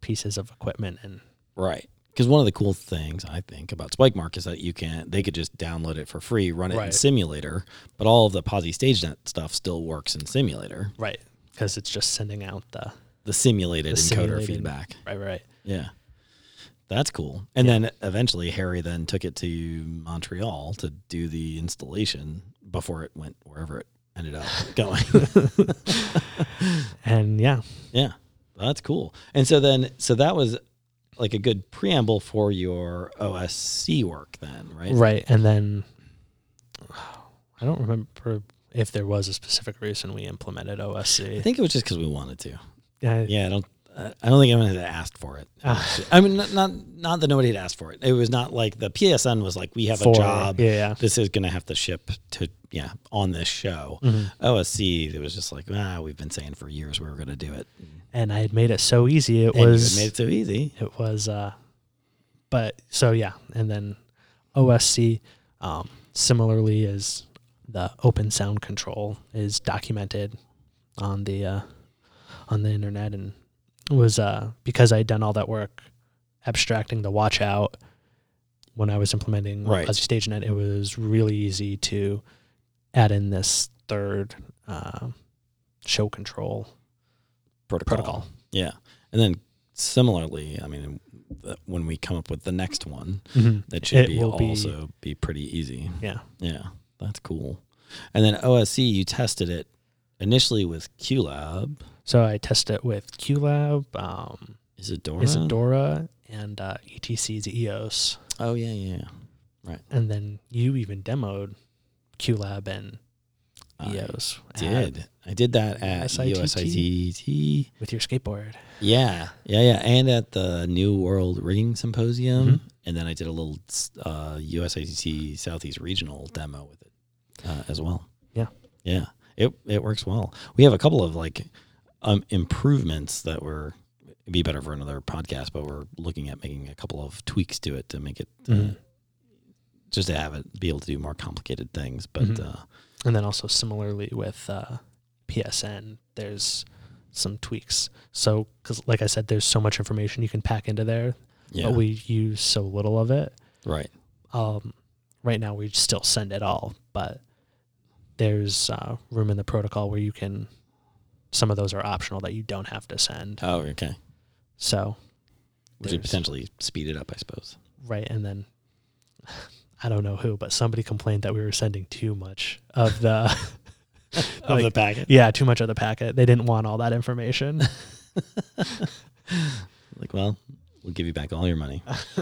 pieces of equipment. And right. Because one of the cool things I think about Spike Mark is that you can they could just download it for free, run it in Right. simulator, but all of the Posy StageNet stuff still works in simulator. right, because it's just sending out the The simulated encoder The simulated- feedback. right, right. Yeah. That's cool. And then eventually Harry then took it to Montreal to do the installation before it went wherever it ended [LAUGHS] up going. [LAUGHS] And yeah, yeah. That's cool. And so then so that was like a good preamble for your OSC work then, right? right. And then I don't remember if there was a specific reason we implemented I OSC. think it was just cuz we wanted to. I- Yeah, I don't I I don't think anyone had asked for it. Ah. I mean not, not not that nobody had asked for it. It was not like the PSN was like we have for- a job. Yeah, yeah. this is going to have to ship to yeah on this show. Mm-hmm. OSC, it was just like ah, we've been saying for years we were going to do it. And I had made it so easy. It And you had was made it so easy. it was uh but so yeah and then osc um similarly is the open sound control is documented on the uh on the internet and it was uh because i had done all that work abstracting the watch out when i was implementing Right. as stagenet it was really easy to add in this third uh, show control Protocol. protocol Yeah, and then similarly, I mean, the- when we come up with the next one, that should It be will be- also be pretty easy. yeah Yeah, that's cool. And then OSC, you tested it initially with QLab. So I test it with QLab, um, Isadora. Isadora, and uh, ETC's EOS. Oh yeah, yeah. yeah. And then you even demoed QLab and I EOS at- did. I did that at USITT. USITT. with your skateboard. Yeah, yeah, yeah. And at the New World Rigging Symposium, Mm-hmm. and then I did a little uh, USICC Southeast Regional demo with it uh, as well. Yeah. yeah. It it works well. We have a couple of like um, improvements that were it'd be better for another podcast, but we're looking at making a couple of tweaks to it to make it. Uh, Mhm. just to have it be able to do more complicated things, but Mhm. uh, And then also similarly with uh, PSN, there's some tweaks. So, because like I said, there's so much information you can pack into there, yeah, but Oh, we use so little of it. right, um, right now we still send it all, but there's uh, room in the protocol where you can. Some of those are optional that you don't have to send. oh, okay, So, which would there's- potentially speed it up, I suppose. right, and then [LAUGHS] I don't know who, but somebody complained that we were sending too much of the [LAUGHS] of the Like- packet, yeah, too much of the packet. They didn't want all [LAUGHS] that information. Like, well, we'll give you back all your money [LAUGHS]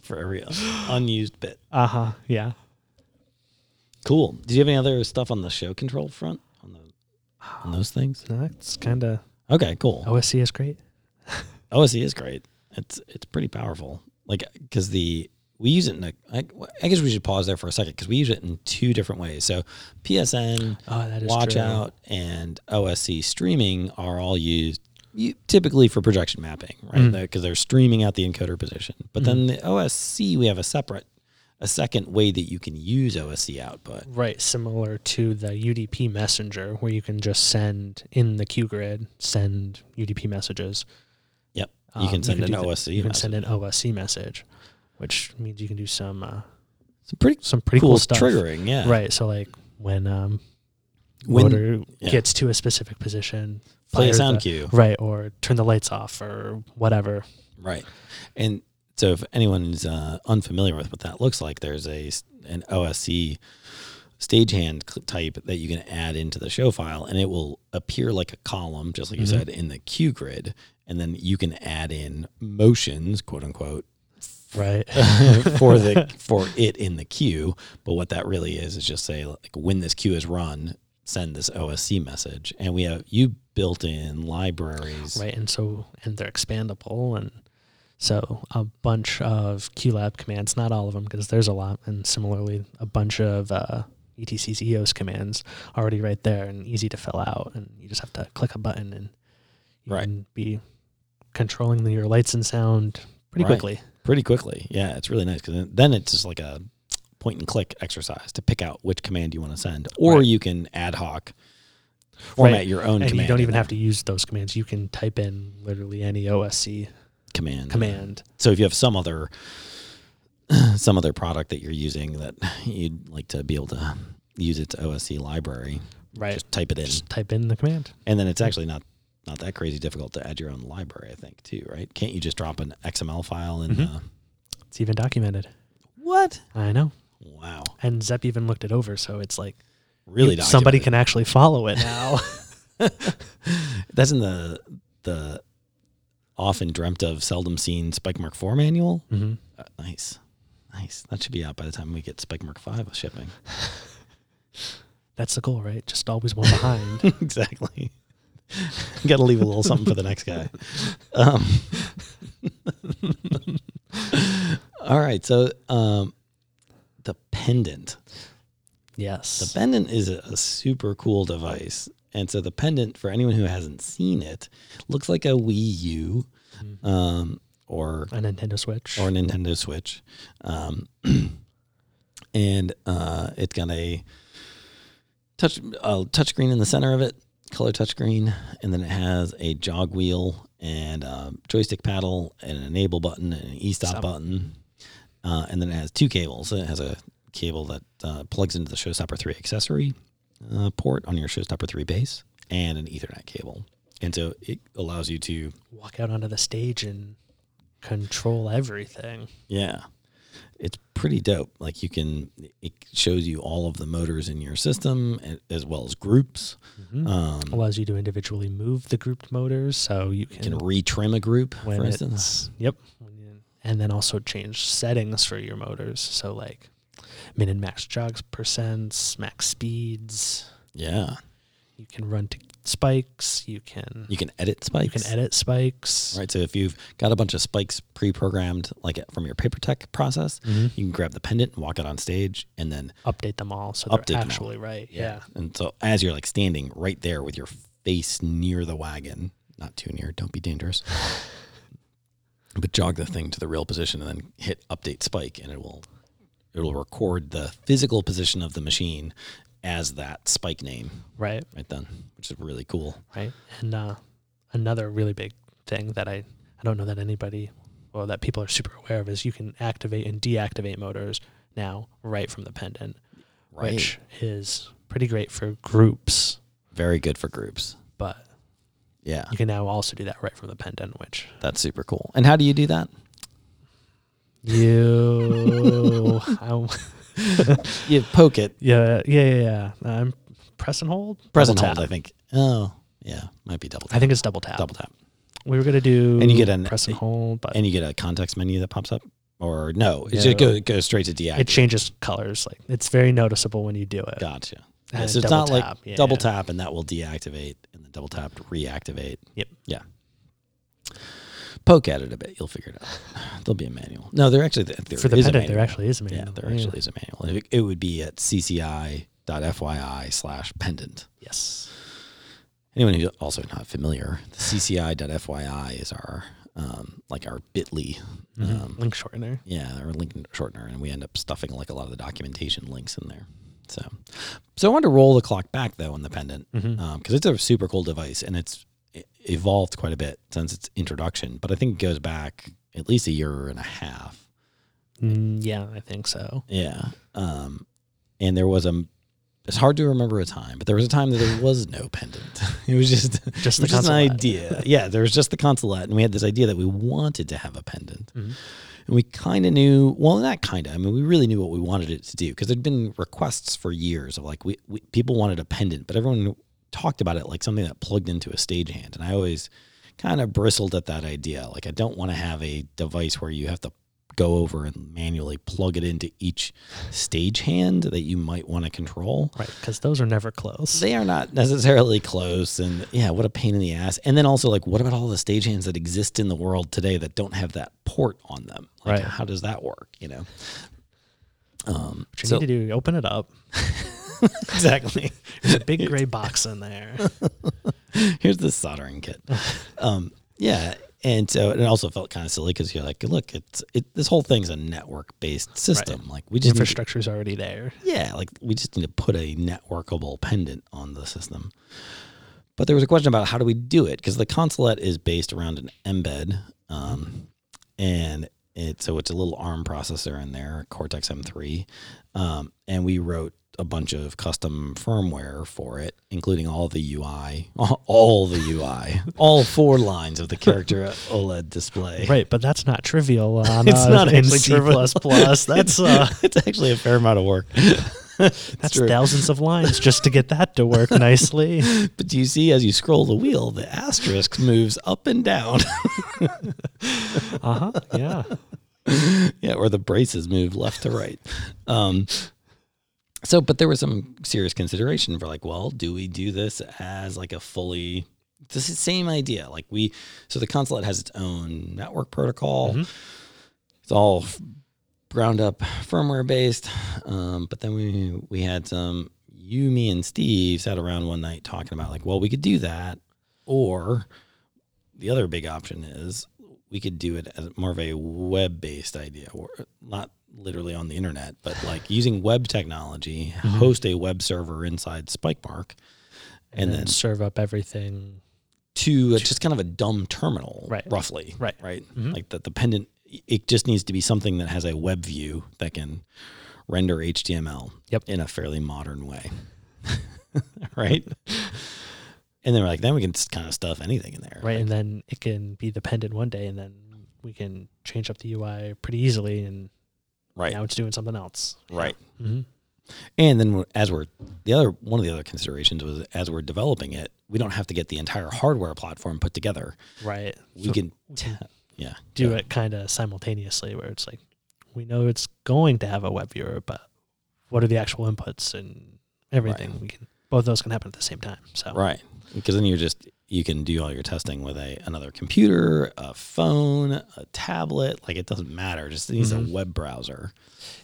for every unused bit. Uh huh. Yeah. Cool. Did you have any other stuff on the show control front on, the, on those things? No, That's kind of Okay, cool. OSC is great. OSE is great. It's it's pretty powerful. Like, because the we use it in a. I, I guess we should pause there for a second because we use it in two different ways. So PSN, Oh, that is Watch true. Out, and OSC streaming are all used u- typically for projection mapping, right? Mm. Because they're streaming out the encoder position. But then the OSC, we have a separate, a second way that you can use OSC output. Right, similar to the UDP messenger where you can just send in the Q grid, send UDP messages. Yep. Um, You can send do an the- OSC. You can message. send an OSC message, which means you can do some uh, It's pretty some pretty cool, cool stuff. triggering. Yeah. Right, so like when um When- rotor yeah. gets to a specific position, Play fire a sound the- cue. Right, or turn the lights off or whatever. Right. And so if anyone's uh, unfamiliar with what that looks like, there's a s- an OSC stagehand cl- type that you can add into the show file and it will appear like a column just like you said in the cue grid and then you can add in motions quote unquote [LAUGHS] Right. [LAUGHS] for the for it in the queue but what that really is is just say like when this queue is run send this OSC message, and we have you built in libraries. right? And so, and they're expandable, and so a bunch of QLab commands, not all of them, because there's a lot, and similarly, a bunch of uh, ETC's EOS commands already right there and easy to fill out, and you just have to click a button and you Right. can be controlling your lights and sound pretty Right. quickly. pretty quickly. Yeah, it's really nice because then it's just like a point and click exercise to pick out which command you want to send, or Right. you can ad hoc format Right. your own And command. you don't in even have there. to use those commands. You can type in literally any OSC Mm-hmm. command command. So if you have some other [CLEARS THROAT] some other product that you're using that you'd like to be able to use its OSC library, Right. just type it in, just type in the command. and then it's actually not. Not that crazy difficult to add your own library, I think, too, right? Can't you just drop an XML file in? Mhm. Uh, It's even documented. what? I know. Wow, And Zepp even looked it over, so it's like really? you- somebody documented. can actually [LAUGHS] follow it now. That's in the the often dreamt of, seldom seen Spike Mark Four manual. mm-hmm. Uh, nice, nice. That should be out by the time we get Spike Mark Five shipping. [LAUGHS] That's the goal, right? Just always one [LAUGHS] behind. exactly. Got to leave a little something for the next guy. Um, [LAUGHS] all right, so um, the pendant. yes. The pendant is a, a super cool device. And so the pendant, for anyone who hasn't seen it, looks like a Wii U um, or A Nintendo Switch. or a Nintendo Switch. Um, [CLEARS THROAT] and uh, it's got a touch a touchscreen in the center of it, color touchscreen, and then it has a jog wheel and a joystick paddle and an enable button and an e-stop Stop. button. Uh, and then it has two cables. It has a cable that uh, plugs into the Showstopper 3 accessory uh, port on your Showstopper 3 base and an Ethernet cable. And so it allows you to Walk out onto the stage and control everything. Yeah. It's pretty dope. Like you can, it shows you all of the motors in your system a- as well as groups. Mm-hmm. Um, Allows you to individually move the grouped motors, so you can, you can retrim a group, when for instance. it's- Yep. When you- And then also change settings for your motors, so like min and max jogs percents, max speeds. Yeah. You can run to spikes. You can You can edit spikes. you can edit spikes. Right. So if you've got a bunch of spikes pre programmed, like from your paper tech process, Mhm. you can grab the pendant and walk it on stage and then Update them all so they're Update them all. actually right. Yeah. And so as you're like standing right there with your face near the wagon, not too near, don't be dangerous. [LAUGHS] but jog the thing to the real position and then hit update spike and it will it will record the physical position of the machine as that spike name Right. right then, which is really cool. right? And uh, another really big thing that I, I don't know that anybody or that people are super aware of is you can activate and deactivate motors now right from the pendant, Right. which is pretty great for groups. Very good for groups. But Yeah. you can now also do that right from the pendant, which That's super cool. And how do you do that? [LAUGHS] you, I'm- You poke it. yeah, yeah, yeah, yeah. I'm press and hold. Press and Double hold, I tap. think. Oh, yeah. Might be double tap. I think it's double tap. double tap. We were gonna do And you get an- press and hold, but and you get a context menu that pops up or no it No. just go, goes straight to deactivate it changes colors. Like it's very noticeable when you do it. gotcha And Yeah, it's so it's double not like tap, yeah. double tap and that will deactivate and then double tap to reactivate Yep. yeah poke at it a bit you'll figure it out [SIGHS] there'll be a manual no there actually there for the is a pendant, manual. there actually is a Oh, manual. yeah there actually is a manual it, it would be at cci.fyi slash pendant Yes. anyone who's also not familiar the cci.fyi is our um, like our bitly um, Mm-hmm. Link shortener. Yeah, or link shortener, and we end up stuffing like a lot of the documentation links in there. So, so I wanted to roll the clock back though on the pendant because it's a super cool device and it's e- evolved quite a bit since its introduction. But I think it goes back at least a year and a half. Mm, yeah, I think so. Yeah, um, and there was a. It's hard to remember a time, but there was a time that there was no pendant. [LAUGHS] It was just Just it the was just an consulate. idea. Yeah, there was just the consulate, and we had this idea that we wanted to have a pendant. Mm-hmm. And we kind of knew, well, not kind of. I mean, we really knew what we wanted it to do because there'd been requests for years of like, we, we people wanted a pendant, but everyone talked about it like something that plugged into a stagehand. And I always kind of bristled at that idea. Like, I don't want to have a device where you have to go over and manually plug it into each stagehand that you might want to control. Right, because those are never close. They are not necessarily close, and yeah, what a pain in the ass. And then also, like, what about all the stagehands that exist in the world today that don't have that port on them? Like, Right. how does that work? You know. Um, What you so- [LAUGHS] need to do, you open it up. exactly. There's a big [LAUGHS] gray box in there. here's the soldering kit. um, yeah, and so and it also felt kind of silly because you're like, look, it's it, this whole thing's a network based system. Like we just need to- Infrastructure's already there. yeah, like we just need to put a networkable pendant on the system. But there was a question about how do we do it because the consulate is based around an embed, um, and it so it's a little ARM processor in there, Cortex M3, um, and we wrote a bunch of custom firmware for it, including all the UI, [LAUGHS] all the UI, all four lines of the character [LAUGHS] OLED display. Right, but that's [LAUGHS] not trivial. On, It's uh, not in actually C++. trivial. That's uh, [LAUGHS] [LAUGHS] It's actually a fair amount of work. that's true. thousands [LAUGHS] of lines just to get that to work nicely. But do you see as you scroll the wheel, the asterisk moves up and down? [LAUGHS] Uh huh. Yeah. yeah, or the braces move left to right. Um, so, but there was some serious consideration for like, well, do we do this as like a fully this is the same idea? Like we, so the consulate has its own network protocol. Mhm. It's all f- ground up firmware based. Um, but then we we had some you, me, and Steve sat around one night talking about like, well, we could do that, or the other big option is we could do it as more of a web based idea, or not literally on the internet, but like using web technology, Mm-hmm. host a web server inside SpikeMark, and then serve up everything. to a, just kind of a dumb terminal, Right. roughly, Right. right? Mhm. Like that the pendant, it just needs to be something that has a web view that can render HTML Yep. in a fairly modern way, [LAUGHS] right? and then we're like, then we can just kind of stuff anything in there, Right, and then it can be dependent one day, and then we can change up the UI pretty easily, and Right, now it's doing something else. right. Mm-hmm. And then we're- as we're the other one of the other considerations was as we're developing it, we don't have to get the entire hardware platform put together. Right. We So can, we can ta- yeah, do it kind of simultaneously, where it's like we know it's going to have a web viewer, but what are the actual inputs and everything? We can both those can happen at the same time. So right? Because then you're just you can do all your testing with a another computer, a phone, a tablet. Like it doesn't matter. Just it needs Mhm. a web browser.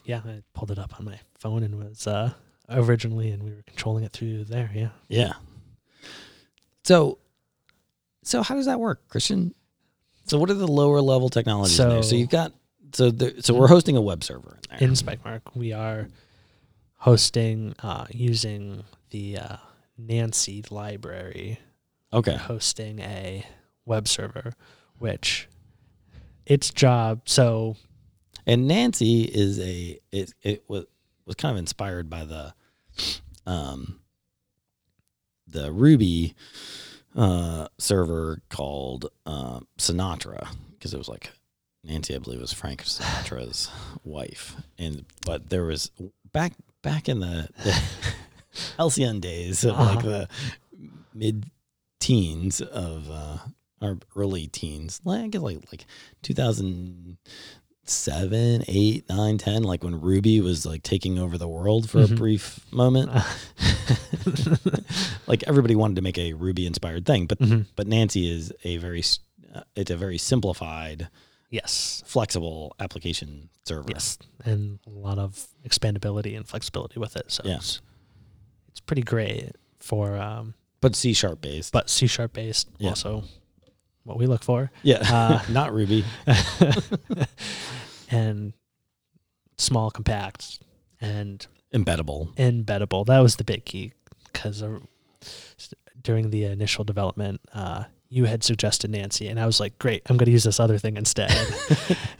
yeah, I pulled it up on my phone and was uh, originally, and we were controlling it through there. Yeah. Yeah. So, so how does that work, Christian? So what are the lower level technologies? in there? so So- you've got so there, so we're hosting a web server in there. in SpikeMark, we are hosting uh, using the uh, Nancy library, okay. hosting a web server, which its job. So And Nancy is a it it was was kind of inspired by the um the Ruby uh server called uh, Sinatra because it was like Nancy I believe was Frank Sinatra's [LAUGHS] wife and but there was back back in the, the [LAUGHS] Halcyon days of like Uh-huh. the mid teens of uh or early teens like I guess like like 2000 seven, eight, nine, ten, like when Ruby was like taking over the world for a Mhm. brief [LAUGHS] moment. [LAUGHS] like everybody wanted to make a Ruby inspired thing, but but Nancy is a very s- uh, it's a very simplified, yes, flexible application server. yes, and a lot of expandability and flexibility with it. So Yeah. it's, it's pretty great for um, But C sharp based. but C sharp based Yeah. also what we look for. yeah. Uh, [LAUGHS] Not Ruby. and small, compact, and Embeddable. embeddable. That was the big key because during the initial development, uh, you had suggested Nancy, and I was like, "Great, I'm going to use this other [LAUGHS] thing instead."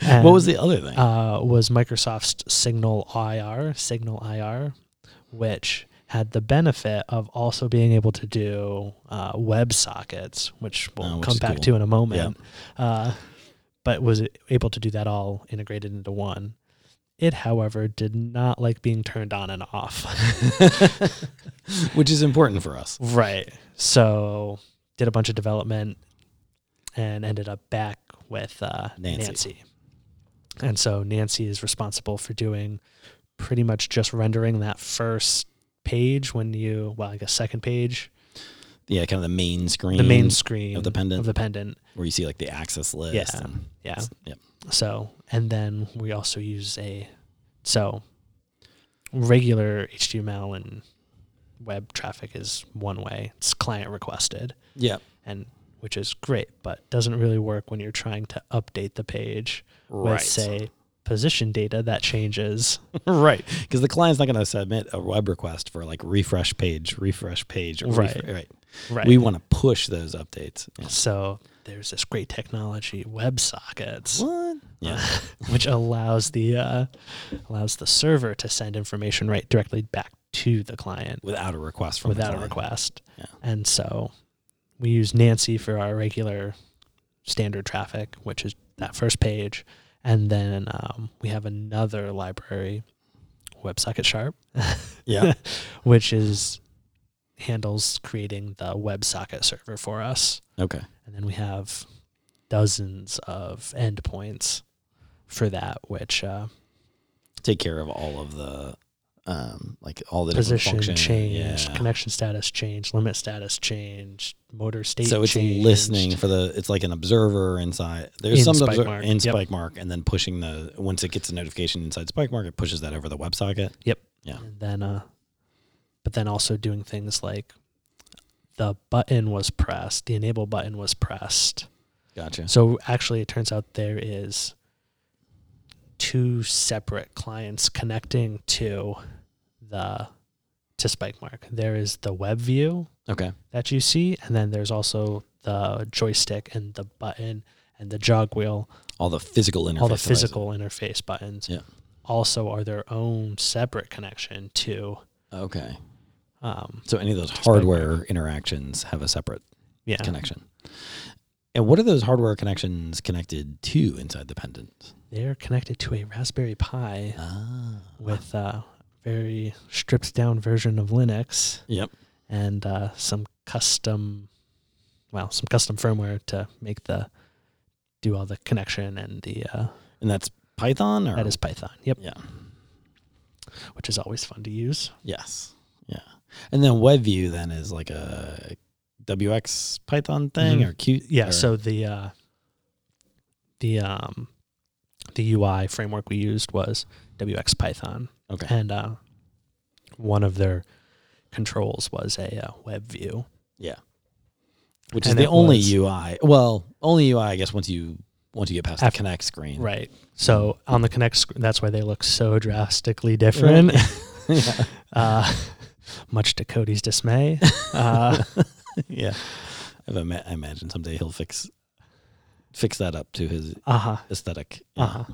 And, what was the other thing? Uh, was Microsoft's Signal IR, Signal IR, which had the benefit of also being able to do uh, web sockets, which we'll Oh, which come is back cool. to in a moment. Uh, but was able to do that all integrated into one. It, however, did not like being turned on and off. [LAUGHS] Which is important for us. Right. So did a bunch of development and ended up back with uh, Nancy. Nancy. And so Nancy is responsible for doing pretty much just rendering that first page when you, well, I guess second page, Yeah, kind of the main screen. the main screen of the pendant. Of the pendant. where you see like the access list. Yeah. and- Yeah. Yep. So, and then we also use a so regular HTML and web traffic is one way. It's client requested Yep. and which is great, but doesn't really work when you're trying to update the page Right. with say position data that changes. [LAUGHS] right. Because the client's not going to submit a web request for like refresh page, refresh page. or Right. refre- right. Right. We want to push those updates. Yeah. so there's this great technology, WebSockets. What? Yeah. which allows the uh, allows the server to send information right directly back to the client Without a request from the without a client. request. Yeah. And so we use Nancy for our regular standard traffic, which is that first page, and then um, we have another library, WebSocket Sharp, [LAUGHS] Yeah. which is handles creating the WebSocket server for us. okay. And then we have dozens of endpoints for that, which uh, Take care of all of the, um, like all the different position function- change, Yeah. connection status change, limit status change, motor state so it's change. listening for the it's like an observer inside there's In some Spike obser- Mark, in yep. spike mark and then pushing the once it gets a notification inside spike mark it pushes that over the WebSocket Yeah. And then uh but then also doing things like the button was pressed, the enable button was pressed. gotcha So actually it turns out there is two separate clients connecting to the to Spike Mark. There is the web view okay that you see, and then there's also the joystick and the button and the jog wheel all the physical interface all the devices. physical interface buttons Yeah. also are their own separate connection to okay um, so any of those Mark. hardware interactions have a separate yeah connection and what are those hardware connections connected to inside the pendant they're connected to a raspberry pi ah with a very stripped down version of linux yep and uh, some custom well some custom firmware to make the do all the connection and the uh, and that's python or that is python yep Oh. yeah which is always fun to use Yes. Yeah. And then WebView then is like a WX Python thing Mhm. or Q. yeah or- so the uh the um the ui framework we used was wx python okay. and uh one of their controls was a uh, web view Which is and the it only was- UI. Well, only UI, I guess, once you once you get past After- the Connect screen. right so on the connect screen that's why they look so drastically different [LAUGHS] [LAUGHS] yeah. uh much to cody's dismay uh [LAUGHS] yeah. I've ima- I imagine someday he'll fix fix that up to his uh-huh aesthetic. Yeah. uh-huh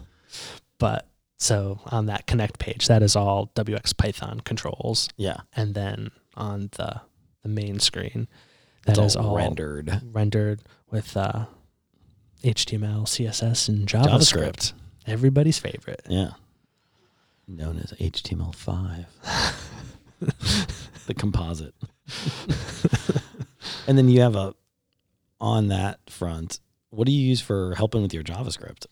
but so on that connect page that is all wx python controls Yeah. and then on the the main screen It's that is all rendered, rendered. with uh, HTML, CSS, and JavaScript. Everybody's favorite. Yeah. Known as HTML5. [LAUGHS] the composite. [LAUGHS] and then you have a, on that front, what do you use for helping with your JavaScript?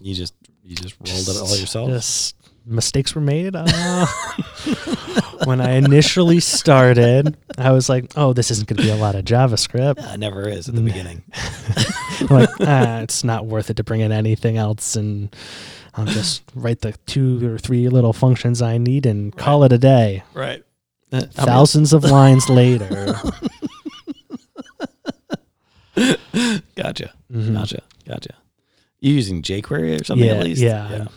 You just, you just rolled it all yourself? Just mistakes were made. Uh, [LAUGHS] when I initially started, I was like, "Oh, this isn't going to be a lot of JavaScript." Yeah, [LAUGHS] it never is at the beginning. [LAUGHS] like, ah, it's not worth it to bring in anything else, and I'll just write the two or three little functions I need and call it a day. Right. Uh, Thousands [LAUGHS] of lines later. Gotcha. Mhm. Gotcha. Gotcha. You using jQuery or something Yeah, at least? yeah.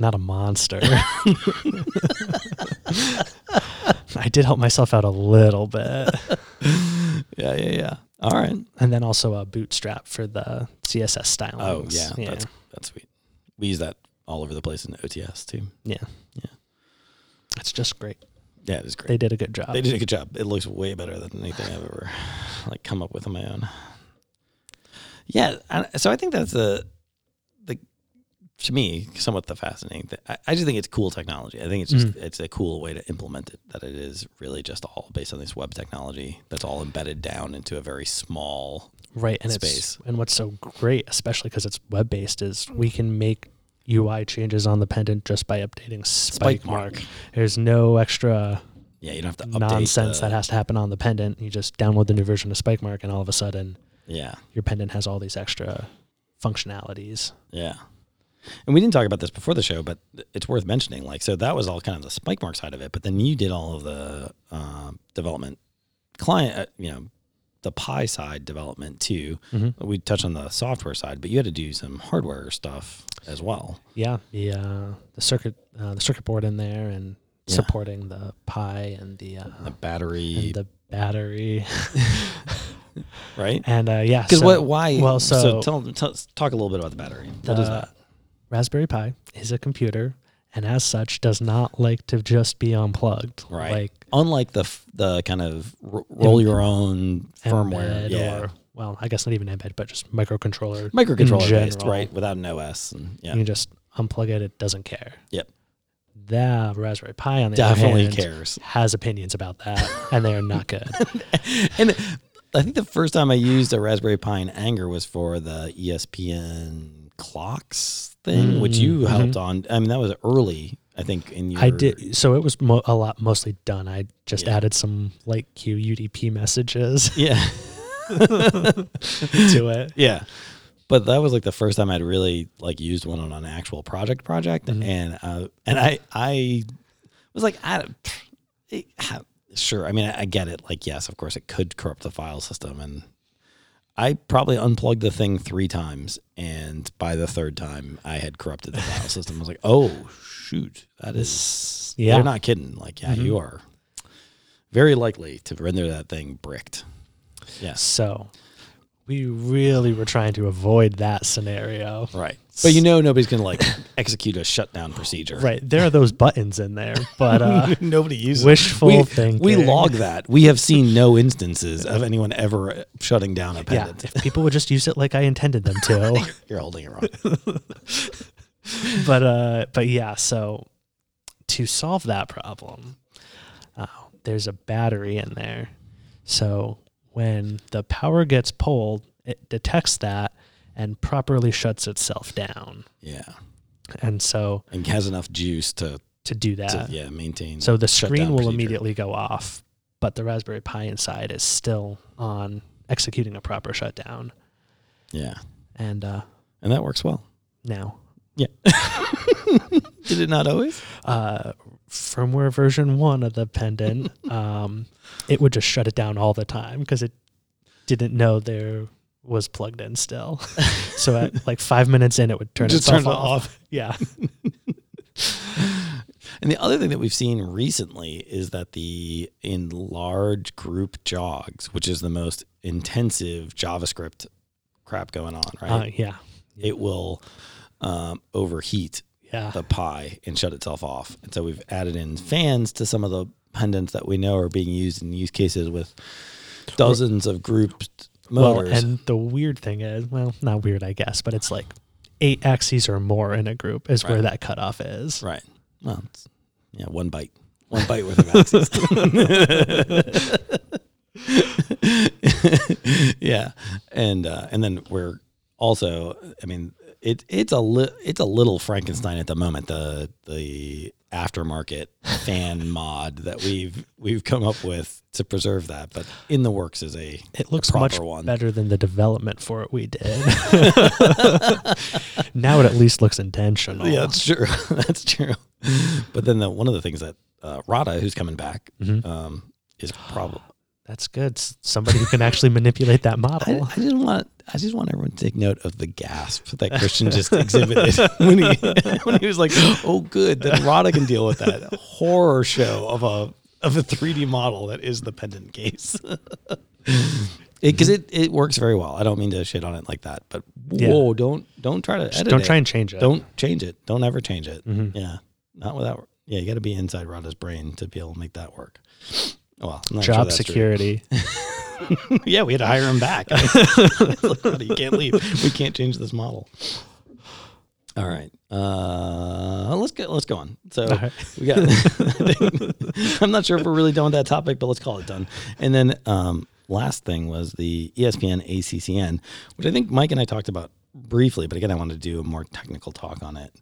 not a monster. [LAUGHS] I did help myself out a little bit. Yeah. Yeah. Yeah. yeah. All right. And then also a bootstrap for the CSS styling. Oh yeah, that's that's sweet. We use that all over the place in OTS too. yeah. yeah. It's just great. Yeah, it is great. They did a good job. They did a good job. It looks way better than anything I've ever like come up with on my own. Yeah, I- so I think that's the the to me somewhat the fascinating thing. I, I just think it's cool technology. I think it's just it's a cool way to implement it. That it is really just all based on this web technology that's all embedded down into a very small right. And space. it's and what's so great, especially because it's web based, is we can make UI changes on the pendant just by updating spike, Spike mark. mark. There's no extra Yeah, you don't have to update nonsense the- that has to happen on the pendant. You just download the new version of spike mark, and all of a sudden Yeah, your pendant has all these extra functionalities. yeah. And we didn't talk about this before the show, but it's worth mentioning. Like, so that was all kind of the spike mark side of it, but then you did all of the uh, development client, uh, you know, the Pi side development too. Mm-hmm. We touched on the software side, but you had to do some hardware stuff as well. Yeah, the uh, the circuit uh, the circuit board in there and Yeah. supporting the Pi and the uh, The battery, and the battery [LAUGHS] right? and uh, yeah. Because [LAUGHS] so what? Why? Well, so so- tell, tell talk a little bit about the battery. the what is that? Raspberry Pi is a computer, and as such, does not like to just be unplugged. Right. Like Unlike the f- the kind of r- roll your own firmware, embed yeah, or well, I guess not even embed, but just microcontroller. in microcontroller based, general. Mm. right? Without an OS, and, yeah, You can just unplug it; it doesn't care. Yep. The Raspberry Pi on the other definitely hand, cares. [LAUGHS] has opinions about that, and they are not good. And I think the first time I used a Raspberry Pi in anger was for the E ESPN clocks thing, which you Mm, helped on. I mean, that was early, I think. In your I did. So it was mo- a lot mostly done. I just Yeah. added some like Q UDP messages [LAUGHS] [LAUGHS] yeah, to it. yeah. But that was like the first time I'd really like used one on an actual project project, Mm-hmm. and uh, and I I was like I don't. pff, it- ha- Sure, I mean I I get it. Like, yes, of course, it could corrupt the file system, and I probably unplugged the thing three times, and by the third time, I had corrupted the file system. I was like, "Oh shoot, that is Yeah. Mm-hmm. They're not kidding. Like, yeah, you are very likely to render that thing bricked. Yes, So we really were trying to avoid that scenario. right. But you know, nobody's gonna like [LAUGHS] execute a shutdown procedure, Right. There are those buttons in [LAUGHS] there, but uh, [LAUGHS] Nobody uses wishful we, thinking. We log that. We have seen no instances of anyone ever uh, shutting down a Yeah. pendant. If people would just use it like I intended them [LAUGHS] to. You're holding it wrong. but uh but yeah so to solve that problem uh, there's a battery in there so when the power gets pulled it detects that and properly shuts itself down [LAUGHS] Yeah, and so and has enough juice to, to do that to yeah maintain. so the shutdown screen will procedure. immediately go off but the raspberry pi inside is still on executing a proper shutdown yeah, and uh and that works well. now Did it not always? uh, firmware version one of the [LAUGHS] pendant, um, it would just shut it down all the time because it didn't know there was plugged in still. [LAUGHS] so at like five minutes in, it would turn Just itself turn it off. [LAUGHS] Yeah, And the other thing that we've seen recently is that the in large group jogs, which is the most intensive JavaScript crap going on, right? uh, yeah, it will um, overheat yeah. the pie and shut itself off. And so we've added in fans to some of the pendants that we know are being used in use cases with dozens of grouped Well, motors. and the weird thing is, well, not weird, I guess, but it's like eight axes or more in a group is where Right. that cutoff is. right. Well, it's, yeah, one bite. One bite worth of axes. [LAUGHS] yeah. And uh, and then we're also I mean it it's a li- it's a little Frankenstein at the moment the the aftermarket fan [LAUGHS] mod that we've we've come up with to preserve that but in the works is a It looks a proper much one. better than the development for it [LAUGHS] we did. [LAUGHS] now it at least looks intentional. Yeah, that's true. [LAUGHS] that's true. But then the, one of the things that uh, Rada, who's coming back, um, is probably. That's good. S- Somebody who can actually manipulate [LAUGHS] that I, model. I just want I just want everyone to take note of the gasp [LAUGHS] that Christian just exhibited [LAUGHS] when he when he [LAUGHS] was like, "Oh, good, then Rada can deal with that horror show of a of a 3D model that is the pendant case." [LAUGHS] Because it, it, works very well. I don't mean to shit on it like that, but Yeah. whoa, don't don't try to edit Don't it. try and change it. Mm-hmm. Don't change it. Don't ever change it. Yeah. Not without, yeah, you got to be inside Rada's brain to be able to make that work. Well, I'm not sure job that's true. security. [LAUGHS] yeah, we had to hire him back. [LAUGHS] you can't leave. We can't change this model. All right. Uh, let's go. Let's go on. So right. we got. [LAUGHS] I'm not sure if we're really done with that topic, but let's call it done. And then um, last thing was the E ESPN ACCN, which I think Mike and I talked about briefly, but again, I wanted to do a more technical talk on it.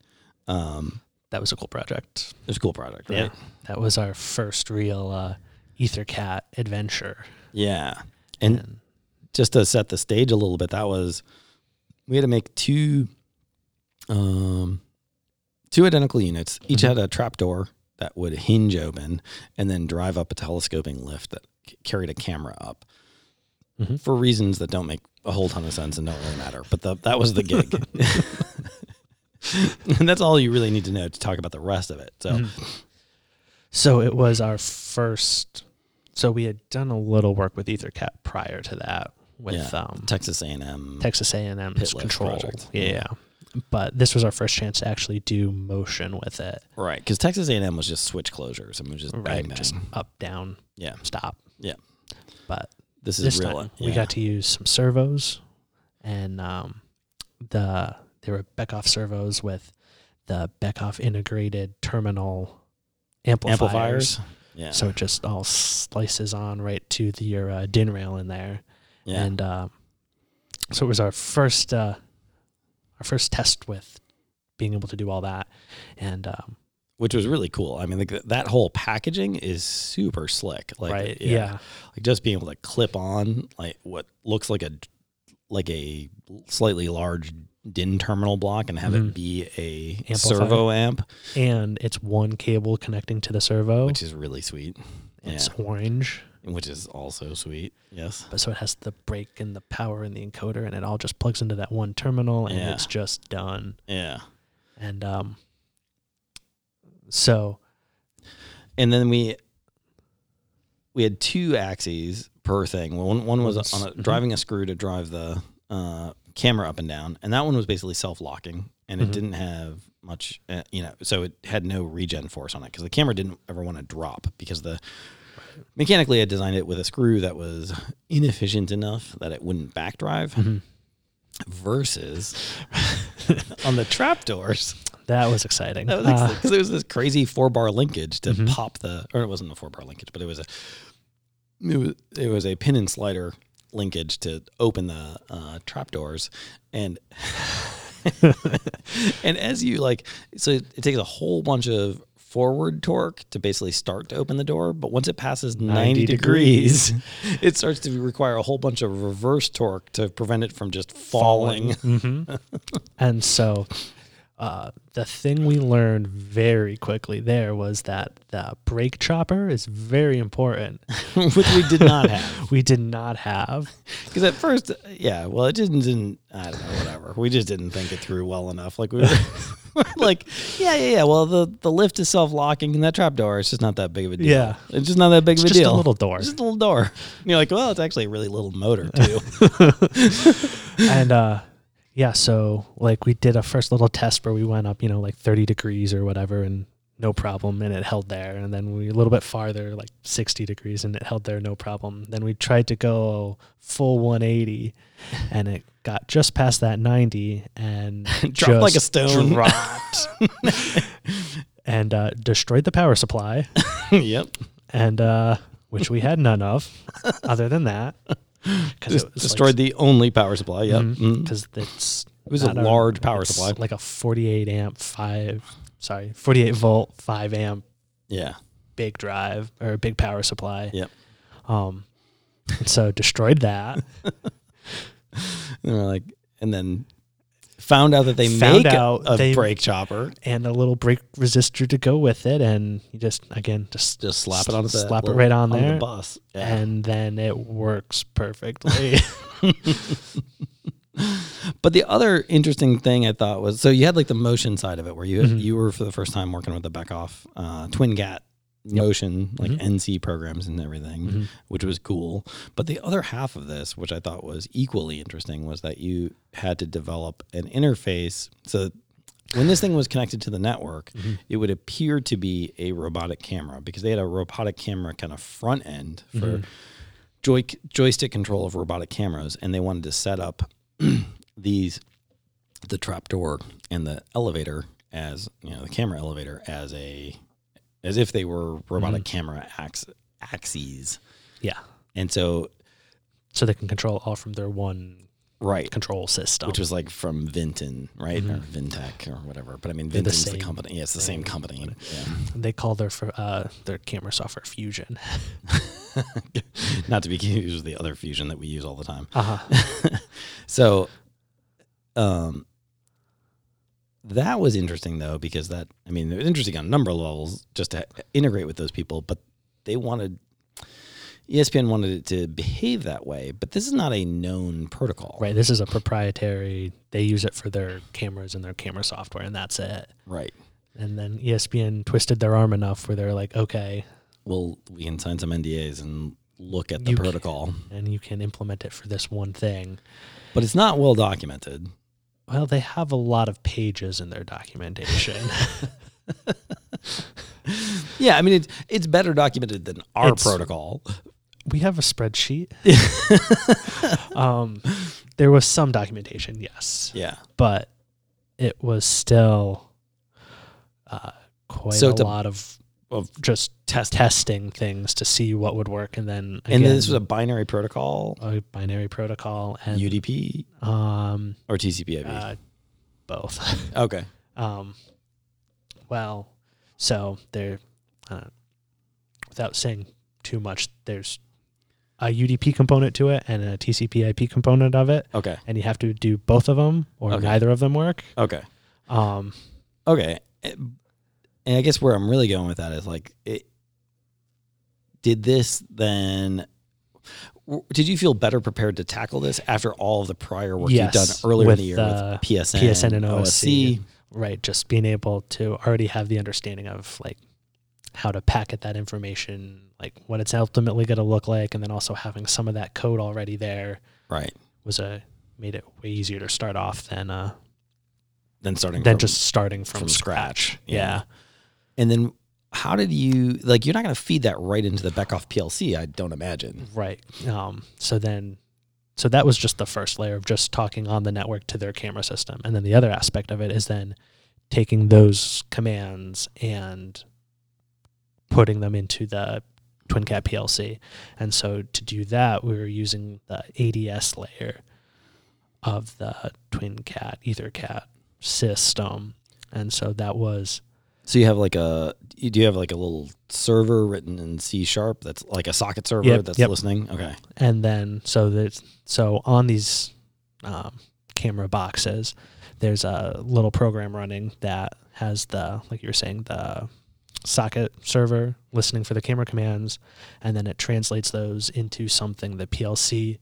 Um, That was a cool project. it was a cool project, right? Yeah. That was our first real uh, EtherCat adventure. Yeah. And just to set the stage a little bit, that was we had to make two um two identical units. Each Mm-hmm. had a trap door that would hinge open and then drive up a telescoping lift that c- carried a camera up. Mhm. For reasons that don't make a whole ton of sense and don't really matter, but the, that was the [LAUGHS] gig. [LAUGHS] and that's all you really need to know to talk about the rest of it. So, Mm-hmm. So it was our first. So we had done a little work with EtherCat prior to that with Yeah. um, Texas A&M, Texas A&M's Pit Lift control. project. Yeah. Yeah. But this was our first chance to actually do motion with it. right? Because Texas A&M was just switch closures and it was just bang, bang. Just up, down, yeah. stop. Yeah. But This is this real. time we got to use some servos and um, the they were Beckhoff servos with the Beckhoff integrated terminal amplifiers. amplifiers. Yeah. So it just all slices on right to the, your uh, DIN rail in there. yeah. And uh, so it was our first uh, our first test with being able to do all that. And um, Which was really cool. I mean, like th- that whole packaging is super slick. Like, right, yeah. Like just being able to clip on like what looks like a like a slightly large DIN terminal block and have Mhm. it be a Amplifier. servo amp, And it's one cable connecting to the servo. which is really sweet. it's orange, yeah. Which is also sweet. Yes. but so it has the brake and the power and the encoder, and it all just plugs into that one terminal, and Yeah. it's just done. Yeah. And um, so And then we we had two axes per thing. One one was on a, Mhm. driving a screw to drive the uh, camera up and down, and that one was basically self locking, and it Mhm. didn't have much, uh, you know, so it had no regen force on it because the camera didn't ever want to drop because the mechanically I designed it with a screw that was inefficient enough that it wouldn't backdrive. Mhm. Versus [LAUGHS] on the trapdoors, that was [LAUGHS] exciting. that was Uh, because there was this crazy four bar linkage to pop the, or it wasn't a four bar linkage, but it was a, it was, it was a pin and slider linkage to open the uh, trap doors, and [LAUGHS] and as you like, so it, it takes a whole bunch of forward torque to basically start to open the door, but once it passes ninety, 90 degrees, [LAUGHS] it starts to require a whole bunch of reverse torque to prevent it from just falling. And so, uh, the thing we learned very quickly there was that the brake chopper is [LAUGHS] very important. [LAUGHS] which we did not have. we did not have. Because at first, uh, yeah, well, it didn't, didn't, I don't know, whatever. We just didn't think it through well enough. Like, we were, [LAUGHS] we're like, yeah, yeah, yeah. Well, the, the lift is self locking and that trap door is just not that big of a deal. Yeah. It's just not that big of a just a deal. little door. Just a little door. And you're like, well, it's actually a really little [LAUGHS] motor, too. and uh, yeah, so like we did a first little test where we went up, you know, like 30 degrees or whatever, and no problem, and it held there. And then we a little bit farther, like 60 degrees, and it held there, no problem. Then we tried to go full 180, and it got just past that 90 and [LAUGHS] Dropped like a just stone. dropped and uh, destroyed the power supply, [LAUGHS] yep. and uh, which we had none of, other [LAUGHS] than that, because Just destroyed the only power supply. Yep. Mm. because Mm-hmm. it's It was a not large power it's supply. like a 48 amp five, sorry, 48 volt five amp Yeah. big drive or big power supply. Yep. Um, and so [LAUGHS] destroyed that. And we're like, and then found out that they Found make out a they- brake chopper. and a little brake resistor to go with it, and you just again just Just slap it on the slap it right on the there, bus. Yeah. and then it works [LAUGHS] perfectly. [LAUGHS] But the other interesting thing I thought was so you had like the motion side of it where you you were for the first time working with the Beckoff uh, Twin Gat motion like NC programs and everything, which was cool. But the other half of this, which I thought was equally interesting, was that you had to develop an interface so. that When this thing was connected to the network, it would appear to be a robotic camera because they had a robotic camera kind of front end for joy- joystick control of robotic cameras, and they wanted to set up these the trapdoor and the elevator as you know the camera elevator as a as if they were robotic camera ax, axes yeah, and so so they can control all from their one right. control system. Which was like from Vinton, right? Or Vintech or whatever. But I mean, Vinton's the, same company. Yeah, it's the same company. they call their fr- uh, their camera software Fusion. Yeah. [LAUGHS] Not to be confused with the other fusion that we use all the time. Uh-huh. So, um, that was interesting though because that I mean it was interesting on a number of levels just to integrate with those people, but they wanted E ESPN wanted it to behave that way, but this is not a known protocol, right, this is a proprietary. They use it for their cameras and their camera software, and that's it. Right. And then E ESPN twisted their arm enough where they're like, okay, Well, we can sign some NDAs and look at the You ca- protocol, and you can implement it for this one thing. but it's not well documented. Well, they have a lot of pages in their documentation. [LAUGHS] Yeah, I mean it's it's better documented than our It's- protocol. we have a spreadsheet. [LAUGHS] um, there was some documentation, yes, Yeah. but it was still uh, quite So a to- lot of Of just testing things to see what would work, and then and again, this was a binary protocol, a binary protocol and UDP um, or TCP/IP. uh, both. [LAUGHS] okay. Um, well, so there, uh, without saying too much, there's a UDP component to it and a TCP/IP component of it, Okay. and you have to do both of them or Okay. neither of them work. Okay. Um, Okay. And I guess where I'm really going with that is like, it, did this then? w- Did you feel better prepared to tackle this after all of the prior work Yes, you've done earlier in with, the year uh, with PSN, PSN and OSC. right, just being able to already have the understanding of like how to packet that information, like what it's ultimately going to look like, and then also having some of that code already there right? was a made it way easier to start off than uh, Then starting than from- just starting from, from scratch. scratch. Yeah. and then how did you like? You're not going to feed that right into the Beckoff PLC, I don't imagine. Right. Um, so then, so that was just the first layer of just talking on the network to their camera system. And then the other aspect of it is then taking those commands and putting them into the TwinCat PLC. And so to do that, we were using the ADS layer of the TwinCat EtherCat system. And so that was So you have like a you do you have like a little server written in C sharp that's like a socket server Yep, that's yep. listening. Okay, and then so that so on these um, camera boxes, there's a little program running that has the like you were saying the socket server listening for the camera commands, and then it translates those into something the PLC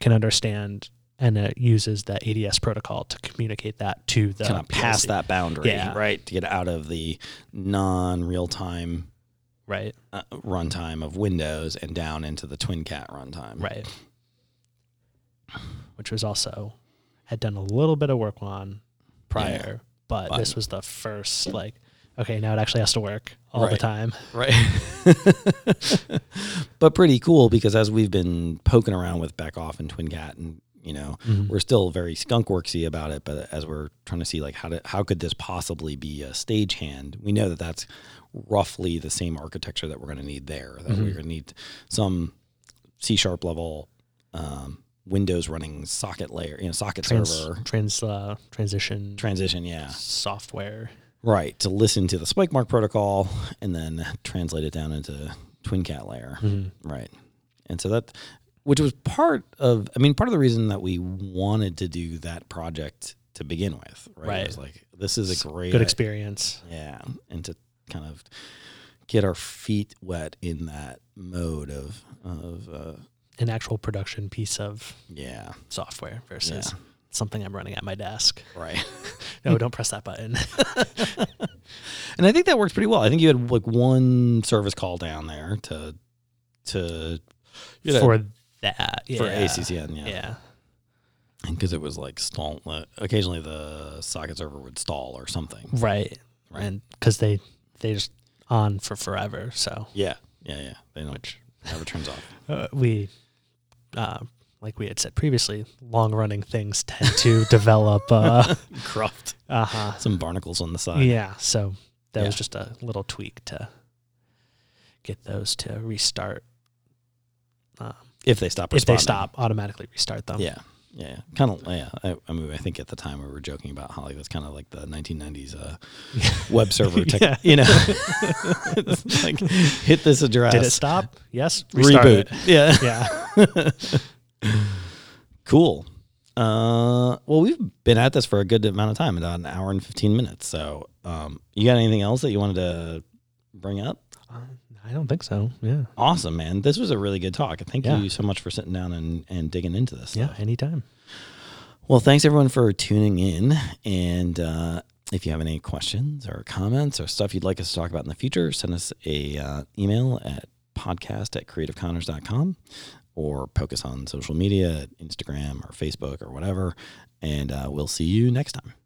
can understand, and it uses the ADS protocol to communicate that to the kind of past PLC. that boundary, Yeah. right? To get out of the non real time right uh, runtime of Windows and down into the TwinCat runtime. right, which was also had done a little bit of work on prior, but But- this was the first like okay, now it actually has to work all the Right. time. Right. [LAUGHS] but pretty cool because as we've been poking around with back off and TwinCat and you know, we're still very skunkworksy about it, but as we're trying to see like how to, how could this possibly be a stagehand, we know that that's roughly the same architecture that we're going to need there. That we're going to need some C sharp level um, Windows running socket layer, you know, socket Trans, server trans uh, transition transition, yeah, software. right. To listen to the spike mark protocol and then translate it down into TwinCat layer. Mm-hmm. Right. And so that, which was part of, I mean, part of the reason that we wanted to do that project to begin with, right? Right. It was like, this is a great Good experience. Yeah. And to kind of get our feet wet in that mode of, of, uh, An actual production piece of yeah. software versus something I'm running at my desk. Right. [LAUGHS] Mm. No, don't press that button. [LAUGHS] and I think that worked pretty well. I think you had like one service call down there to, to, you know, for that. Yeah. for ACCN. Yeah. Yeah. Because it was like stall, uh, occasionally the socket server would stall or something. Right. Right. And because they, they just on for forever. So Yeah, yeah, yeah. They don't never turns [LAUGHS] off. uh, we, uh, like we had said previously, long running things tend to [LAUGHS] develop. Uh Corrupt. huh. Some barnacles on the side. Yeah. So that was Uh-huh. Yeah. just a little tweak to get those to restart. Um, If they stop if they responding. [LAUGHS] stop, automatically restart them. Yeah. Yeah, kind of. Yeah, I, I mean, I think at the time we were joking about Holly. That's kind of like the 1990s [LAUGHS] uh, web server tech. [LAUGHS] Yeah. You know, [LAUGHS] It's like hit this address. Did it stop? Yes. Restart Reboot. it. Yeah, [LAUGHS] Yeah. cool. Uh, well, we've been at this for a good amount of time, about an hour and 15 minutes. So, um, you got anything else that you wanted to bring up? I don't think so. Yeah. Awesome, man. This was a really good talk. Thank Yeah. you so much for sitting down and, and digging into this. Yeah. stuff. Anytime. Well, thanks everyone for tuning in. And uh, if you have any questions or comments or stuff you'd like us to talk about in the future, send us a uh, email at podcast at creativeconners.com or poke us on social media, Instagram or Facebook or whatever. And uh, we'll see you next time.